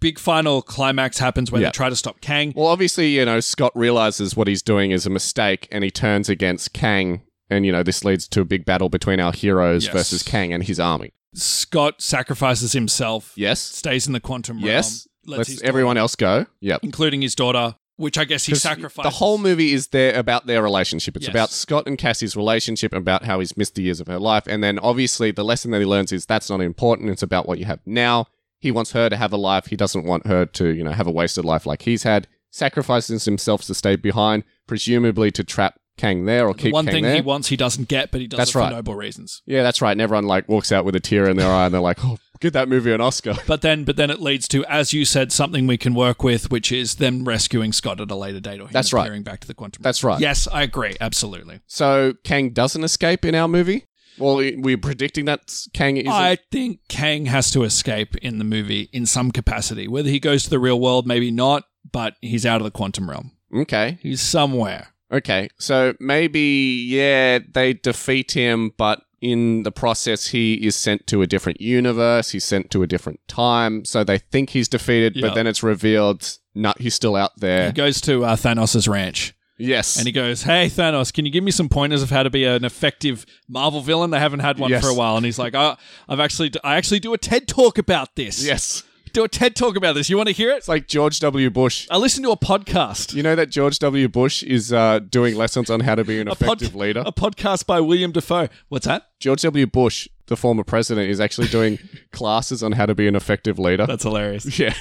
S3: Big final climax happens when
S2: Yeah.
S3: they try to stop Kang.
S2: Well, obviously, you know, Scott realizes what he's doing is a mistake and he turns against Kang. And, you know, this leads to a big battle between our heroes
S3: Yes.
S2: versus Kang and his army.
S3: Scott sacrifices himself,
S2: Yes.
S3: stays in the quantum realm.
S2: Yes. Let's,
S3: his
S2: everyone else go. Yep.
S3: daughter- including his daughter, which I guess he
S2: 'Cause
S3: sacrifices.
S2: The whole movie is there about their relationship. It's
S3: Yes.
S2: about Scott and Cassie's relationship, about how he's missed the years of her life, and then obviously the lesson that he learns is that's not important. It's about what you have now. He wants her to have a life. He doesn't want her to, you know, have a wasted life like he's had. Sacrifices himself to stay behind, presumably to trap Kang there or
S3: the
S2: keep
S3: one
S2: Kang
S3: thing
S2: there.
S3: he wants, he doesn't get, but he does
S2: That's
S3: it for
S2: right.
S3: noble reasons.
S2: yeah, that's right. And everyone like walks out with a tear in their eye, and they're like, "Oh, get that movie an Oscar."
S3: But then, but then it leads to, as you said, something we can work with, which is them rescuing Scott at a later date, or him
S2: That's right.
S3: appearing back to the quantum.
S2: That's right.
S3: Yes, I agree, absolutely.
S2: So Kang doesn't escape in our movie. Well, we're predicting that Kang is.
S3: I think Kang has to escape in the movie in some capacity. Whether he goes to the real world, maybe not, but he's out of the quantum realm.
S2: okay.
S3: He's somewhere.
S2: Okay, so maybe yeah, they defeat him, but in the process, he is sent to a different universe. He's sent to a different time, so they think he's defeated,
S3: Yeah.
S2: but then it's revealed not he's still out there.
S3: He goes to uh, Thanos' ranch
S2: Yes,
S3: and he goes, Hey, Thanos, can you give me some pointers of how to be an effective Marvel villain? They haven't had one
S2: Yes.
S3: for a while. And he's like, oh, I've actually, I actually do a TED talk about this.
S2: yes,
S3: Do a TED talk about this. You want to hear it?
S2: it's like George W. Bush.
S3: I listened to a podcast.
S2: You know that George W. Bush is uh, doing lessons on how to be an
S3: a, pod-
S2: effective leader.
S3: a podcast by William Defoe. What's that?
S2: George W. Bush, the former president, is actually doing classes on how to be an effective leader.
S3: That's hilarious.
S2: yeah,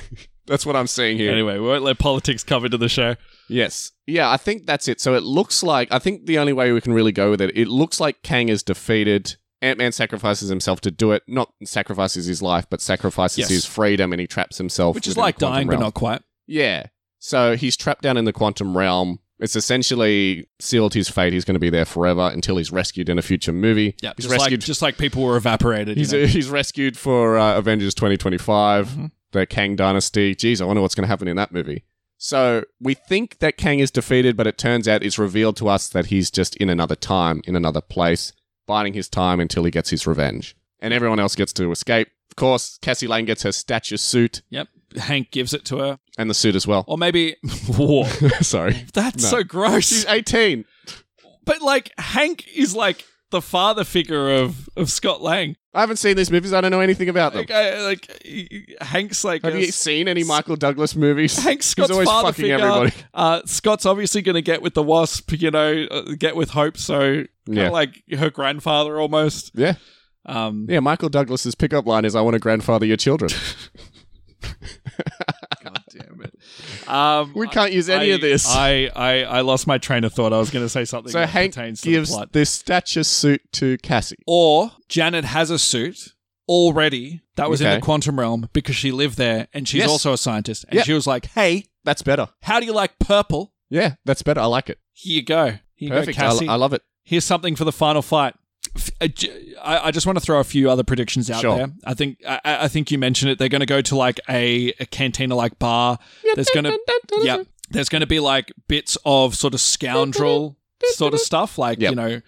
S2: that's what I'm seeing here.
S3: Anyway, we won't let politics come into the show.
S2: Yes. Yeah, I think that's it. So it looks like I think the only way we can really go with it, it looks like Kang is defeated. Ant Man sacrifices himself to do it. Not sacrifices his life, but sacrifices
S3: Yes.
S2: his freedom and he traps himself.
S3: Which is
S2: within the
S3: like
S2: quantum
S3: dying, but
S2: realm.
S3: not quite.
S2: Yeah. So he's trapped down in the quantum realm. It's essentially sealed his fate. He's going to be there forever until he's rescued in a future movie.
S3: Yeah,
S2: he's
S3: just like,
S2: rescued.
S3: just like people were evaporated. you
S2: he's,
S3: know.
S2: he's rescued for uh, Avengers 2025
S3: Mhm.
S2: the Kang Dynasty. Geez, I wonder what's going to happen in that movie. So we think that Kang is defeated, but it turns out it's revealed to us that he's just in another time, in another place, biding his time until he gets his revenge. And everyone else gets to escape. Of course, Cassie Lane gets her statue suit
S3: Yep. Hank gives it to her.
S2: and the suit as well.
S3: Or maybe. Whoa.
S2: Sorry.
S3: That's
S2: No.
S3: so gross.
S2: She's 18.
S3: But, like, Hank is like the father figure of, of Scott Lang.
S2: I haven't seen these movies. I don't know anything about them.
S3: Like, I, like he- he- Hank's like.
S2: Have
S3: a-
S2: you seen any Michael Douglas movies?
S3: Hank Scott's
S2: He's always
S3: father
S2: fucking
S3: figure.
S2: everybody.
S3: Uh, Scott's obviously going to get with the Wasp, you know, uh, get with Hope, so kind of
S2: Yeah.
S3: like her grandfather almost.
S2: Yeah.
S3: Um,
S2: Yeah, Michael Douglas's pickup line is I want to grandfather your children.
S3: God damn it. Um,
S2: We can't use any
S3: I-
S2: of this.
S3: I, I, I lost my train of thought. I was going to say something.
S2: So
S3: that
S2: Hank
S3: pertains to
S2: gives
S3: the plot.
S2: this stature suit to Cassie.
S3: or Janet has a suit already that was in
S2: Okay.
S3: the quantum realm because she lived there and she's
S2: Yes.
S3: also a scientist. And
S2: Yep.
S3: she was like, "Hey,
S2: That's better.
S3: how do you like purple?
S2: Yeah, that's better. I like it.
S3: Here you go. Here you
S2: Perfect.
S3: go,
S2: I,
S3: Cassie.
S2: I love it.
S3: Here's something for the final fight." F- uh, j- I I just want to throw a few other predictions out
S2: Sure.
S3: there. I think I, I I think you mentioned it. They're going to go to like a, a cantina like bar. There's going to yeah, there's going to be like bits of sort of scoundrel sort of stuff, like
S2: Yep.
S3: you know,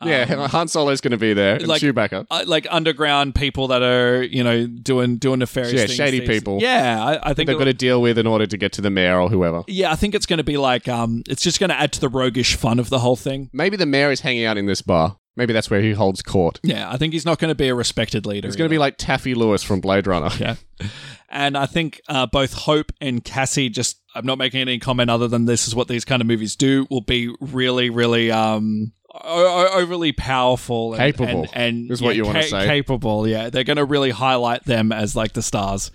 S3: um,
S2: Yeah, Han Solo's going to be there. And
S3: like-
S2: Chewbacca.
S3: uh, like underground people that are you know doing doing nefarious,
S2: Yeah,
S3: things,
S2: shady
S3: these-
S2: people.
S3: Yeah, I, I
S2: They've
S3: think.
S2: got
S3: it'll-
S2: to deal with in order to get to the mayor or whoever.
S3: yeah, I think it's going to be like um, it's just going to add to the roguish fun of the whole thing.
S2: Maybe the mayor is hanging out in this bar. Maybe that's where he holds court.
S3: Yeah, I think he's not going to be a respected leader.
S2: It's going to be like Taffy Lewis from Blade Runner.
S3: yeah. And I think uh, both Hope and Cassie just I'm not making any comment other than this is what these kind of movies do will be really really um o- o- overly powerful and,
S2: Capable
S3: and, and
S2: is what you wanna
S3: ca-
S2: say.
S3: capable yeah they're going to really highlight them as like the stars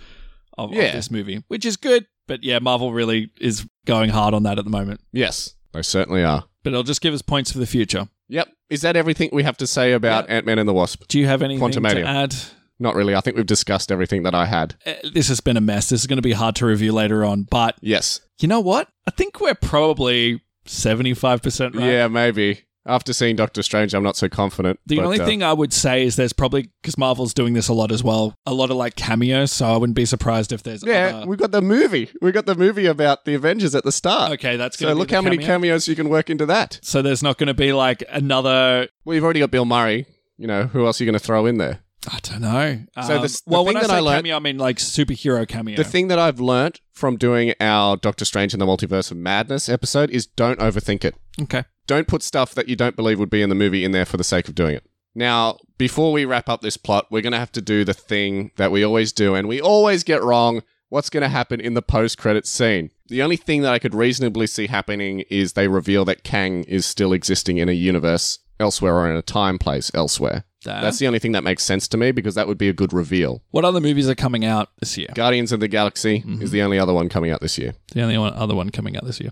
S3: of, of
S2: Yeah.
S3: this movie which is good but yeah Marvel really is going hard on that at the moment
S2: Yes, they certainly are.
S3: but it'll just give us points for the future.
S2: Yep. Is that everything we have to say about Ant Man and the Wasp?
S3: Do you have anything
S2: Quantumania.
S3: to add?
S2: Not really. I think we've discussed everything that I had.
S3: Uh, This has been a mess. This is going to be hard to review later on, but
S2: Yes.
S3: you know what? I think we're probably 75% right.
S2: Yeah, maybe. After seeing Doctor Strange, I'm not so confident.
S3: The
S2: but,
S3: only
S2: uh,
S3: thing I would say is there's probably because Marvel's doing this a lot as well, a lot of like cameos. So I wouldn't be surprised if there's
S2: Yeah,
S3: other-
S2: we got the movie. We got the movie about the Avengers at the start.
S3: okay, that's
S2: So
S3: gonna be
S2: look
S3: the
S2: how many
S3: cameo.
S2: cameos you can work into that.
S3: so there's not going to be like another.
S2: Well, you've already got Bill Murray. You know, who else are you going to throw in there?
S3: I don't know. Um,
S2: So the s- the
S3: well, when
S2: thing that
S3: I say
S2: I learnt-
S3: cameo, I mean like superhero cameo.
S2: The thing that I've learnt from doing our Doctor Strange and the Multiverse of Madness episode is don't overthink it.
S3: okay.
S2: Don't put stuff that you don't believe would be in the movie in there for the sake of doing it. Now, before we wrap up this plot, we're going to have to do the thing that we always do and we always get wrong what's going to happen in the post credits scene. The only thing that I could reasonably see happening is they reveal that Kang is still existing in a universe elsewhere or in a time place elsewhere.
S3: Damn.
S2: That's the only thing that makes sense to me because that would be a good reveal.
S3: What other movies are coming out this year?
S2: Guardians of the Galaxy is the only other one coming out this year.
S3: The only one, other one coming out this year.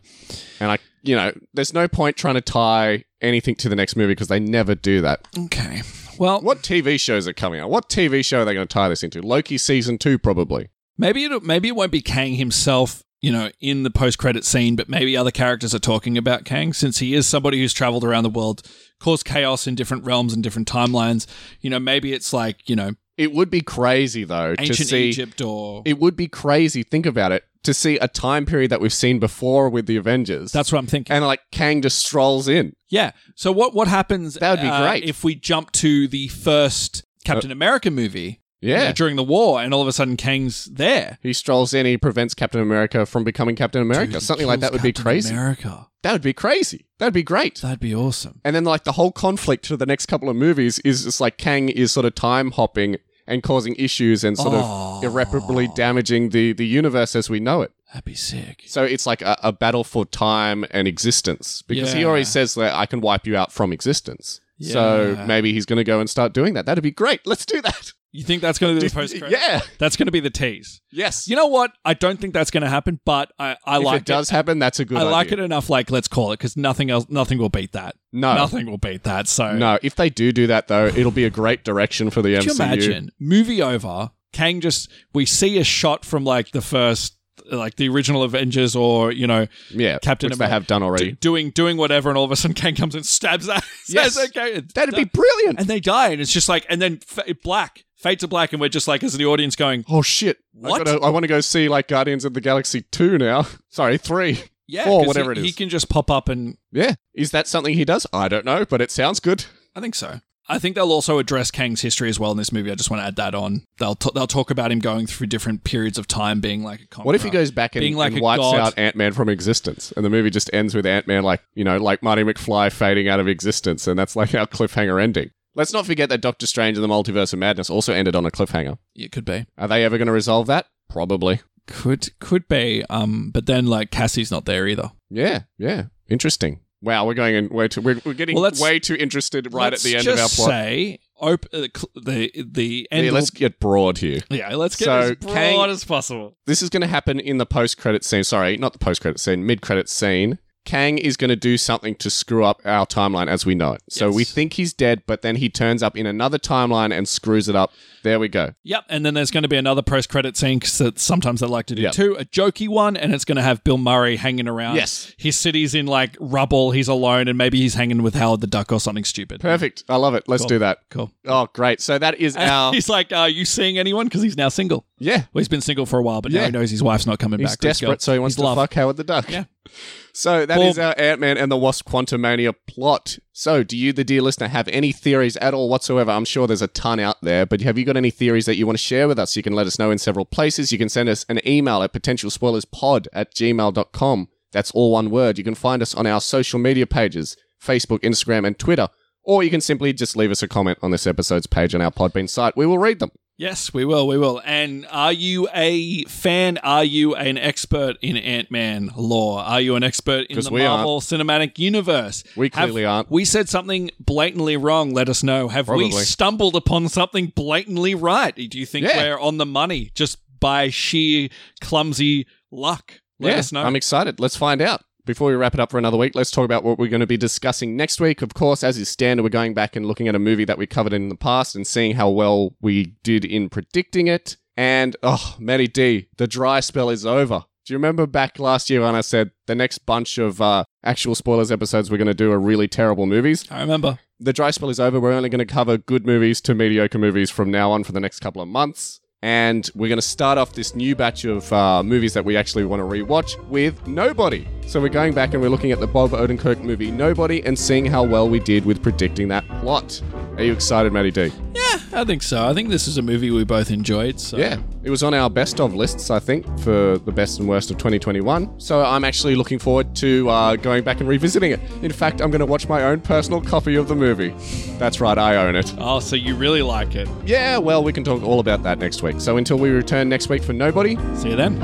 S2: And I, you know, there's no point trying to tie anything to the next movie because they never do that.
S3: Okay. Well,
S2: What TV shows are coming out? What TV show are they going to tie this into? Loki season two, probably.
S3: Maybe it maybe it won't be Kang himself, you know, in the post credit scene, but maybe other characters are talking about Kang since he is somebody who's traveled around the world, caused chaos in different realms and different timelines. You know, maybe it's like you know
S2: It would be crazy though to
S3: ancient
S2: see.
S3: Egypt or
S2: It would be crazy. Think about it. To see a time period that we've seen before with the Avengers,
S3: that's what I'm thinking.
S2: and like Kang just strolls in.
S3: yeah. So what what happens?
S2: That would be
S3: uh,
S2: great. Uh,
S3: if we jump to the first Captain America movie. you know,
S2: Yeah,
S3: during the war, and all of a sudden Kang's there.
S2: he strolls in. He prevents Captain America from becoming Captain America.
S3: Dude, he
S2: Something like
S3: kills
S2: that would be
S3: Captain
S2: crazy.
S3: America.
S2: That would be crazy. That'd be great.
S3: That'd be awesome.
S2: And then like the whole conflict for the next couple of movies is just like Kang is sort of time hopping and causing issues and sort
S3: Oh.
S2: of irreparably damaging the the universe as we know it.
S3: That'd be sick.
S2: So it's like a, a battle for time and existence because he
S3: Yeah.
S2: already says that I can wipe you out from existence. So
S3: Yeah.
S2: maybe he's going to go and start doing that. That'd be great. Let's do that.
S3: You think that's going to be the
S2: Do-
S3: post credit?
S2: yeah.
S3: That's going to be the tease.
S2: Yes.
S3: You know what? I don't think that's going to happen, but I, I
S2: if
S3: like
S2: it does happen, that's a good.
S3: I like
S2: idea.
S3: it enough. Like, let's call it because nothing else, nothing will beat that.
S2: No.
S3: nothing will beat that. So,
S2: No, if they do do that though, it'll be a great direction for the
S3: could you
S2: MCU.
S3: imagine movie over? Kang just we see a shot from like the first, like the original Avengers, or you know,
S2: Yeah,
S3: Captain
S2: which they
S3: America.
S2: have done
S3: d-
S2: already.
S3: doing doing whatever, and all of a sudden Kang comes and stabs that.
S2: Yes.
S3: okay,
S2: That'd be brilliant.
S3: and they die, and it's just like, and then fa- black fade to black, and we're just like, as the audience going,
S2: Oh shit!
S3: What?
S2: I, gotta- I want to go see like Guardians of the Galaxy two now. Sorry, three.
S3: yeah,
S2: Four,
S3: 'cause
S2: whatever
S3: he,
S2: it is.
S3: he can just pop up and
S2: Yeah, is that something he does? I don't know, but it sounds good.
S3: I think so. I think they'll also address Kang's history as well in this movie. I just want to add that on. They'll t- they'll talk about him going through different periods of time, being like a conqueror.
S2: What if he goes back and,
S3: Being like
S2: and
S3: a
S2: wipes
S3: god.
S2: out Ant Man from existence, and the movie just ends with Ant Man like you know, like Marty McFly fading out of existence, and that's like our cliffhanger ending. Let's not forget that Doctor Strange and the Multiverse of Madness also ended on a cliffhanger.
S3: It could be,
S2: Are they ever going to resolve that? Probably.
S3: could could be. Um, but then like Cassie's not there either.
S2: Yeah, yeah. Interesting. Wow, we're going in way too. We're, we're getting
S3: Well, let's-
S2: way too interested right at
S3: Let's
S2: the end
S3: just
S2: of our plot.
S3: Say op- uh, cl- the the end.
S2: yeah,
S3: will-
S2: let's get broad here.
S3: yeah, let's get
S2: So,
S3: as broad
S2: Kang-
S3: as possible.
S2: this is going to happen in the post credit scene. Sorry, not the post credit scene, mid credit scene. Kang is going to do something to screw up our timeline as we know it. So
S3: Yes.
S2: we think he's dead, but then he turns up in another timeline and screws it up. There we go.
S3: Yep, and then there's going to be another post credit scene because sometimes they like to do
S2: Yep.
S3: too. A jokey one, and it's going to have Bill Murray hanging around.
S2: Yes.
S3: his city's in like rubble. He's alone, and maybe he's hanging with Howard the Duck or something stupid.
S2: Perfect. I love it. Let's
S3: Cool.
S2: do that.
S3: Cool.
S2: Oh, great. So that is our.
S3: he's like, "Are you seeing anyone?" Because he's now single.
S2: yeah.
S3: Well, he's been single for a while, but now
S2: Yeah.
S3: he knows his wife's not coming
S2: He's
S3: back. Let's go.
S2: desperate, so he wants
S3: He's
S2: to
S3: love.
S2: fuck Howard the Duck.
S3: Yeah.
S2: So that is
S3: Well-
S2: our Ant Man and the Wasp Quantumania plot. So, do you, the dear listener, have any theories at all whatsoever? I'm sure there's a ton out there, but have you got any theories that you want to share with us? You can let us know in several places. You can send us an email at potentialspoilerspod at gmail.com. That's all one word. You can find us on our social media pages Facebook, Instagram, and Twitter. Or you can simply just leave us a comment on this episode's page on our Podbean site. We will read them.
S3: Yes, we will. We will. And are you a fan? Are you an expert in Ant Man lore? Are you an expert in
S2: 'Cause
S3: the
S2: we
S3: Marvel Cinematic Universe?
S2: We
S3: Have
S2: clearly aren't.
S3: We said something blatantly wrong. Let us know. Have we
S2: Probably.
S3: stumbled upon something blatantly right? Do you think
S2: Yeah.
S3: we're on the money just by sheer clumsy luck? Let us know.
S2: I'm excited. Let's find out. Before we wrap it up for another week, let's talk about what we're going to be discussing next week. Of course, as is standard, we're going back and looking at a movie that we covered in the past and seeing how well we did in predicting it. And, oh, Matty D, the dry spell is over. Do you remember back last year when I said the next bunch of uh, actual spoilers episodes we're going to do are really terrible movies?
S3: I remember.
S2: The dry spell is over. We're only going to cover good movies to mediocre movies from now on for the next couple of months. And we're going to start off this new batch of uh, movies that we actually want to rewatch with Nobody. So we're going back and we're looking at the Bob Odenkirk movie Nobody and seeing how well we did with predicting that plot. Are you excited, Matty D?
S3: Yeah, I think so. I think this is a movie we both enjoyed. So.
S2: Yeah, it was on our best of lists, I think, for the best and worst of 2021. So I'm actually looking forward to uh, going back and revisiting it. In fact, I'm going to watch my own personal copy of the movie. That's right, I own it.
S3: Oh, so you really like it.
S2: Yeah, well, we can talk all about that next week. So until we return next week for Nobody,
S3: See you then.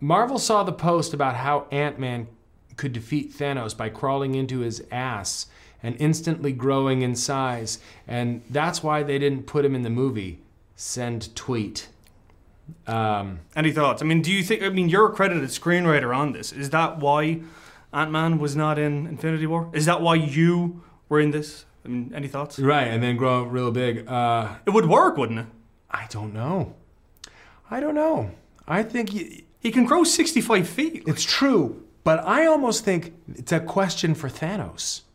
S6: Marvel saw the post about how Ant Man could defeat Thanos by crawling into his ass and instantly growing in size, and that's why they didn't put him in the movie. Send tweet. Um,
S7: Any thoughts? I mean, do you think? I mean, you're a credited screenwriter on this. Is that why Ant Man was not in Infinity War? Is that why you were in this? I mean, any thoughts?
S6: right, and then grow up real big. Uh,
S7: It would work, wouldn't it?
S6: I don't know. I don't know. I think y-
S7: He can grow 65 feet.
S6: it's true, but I almost think it's a question for Thanos.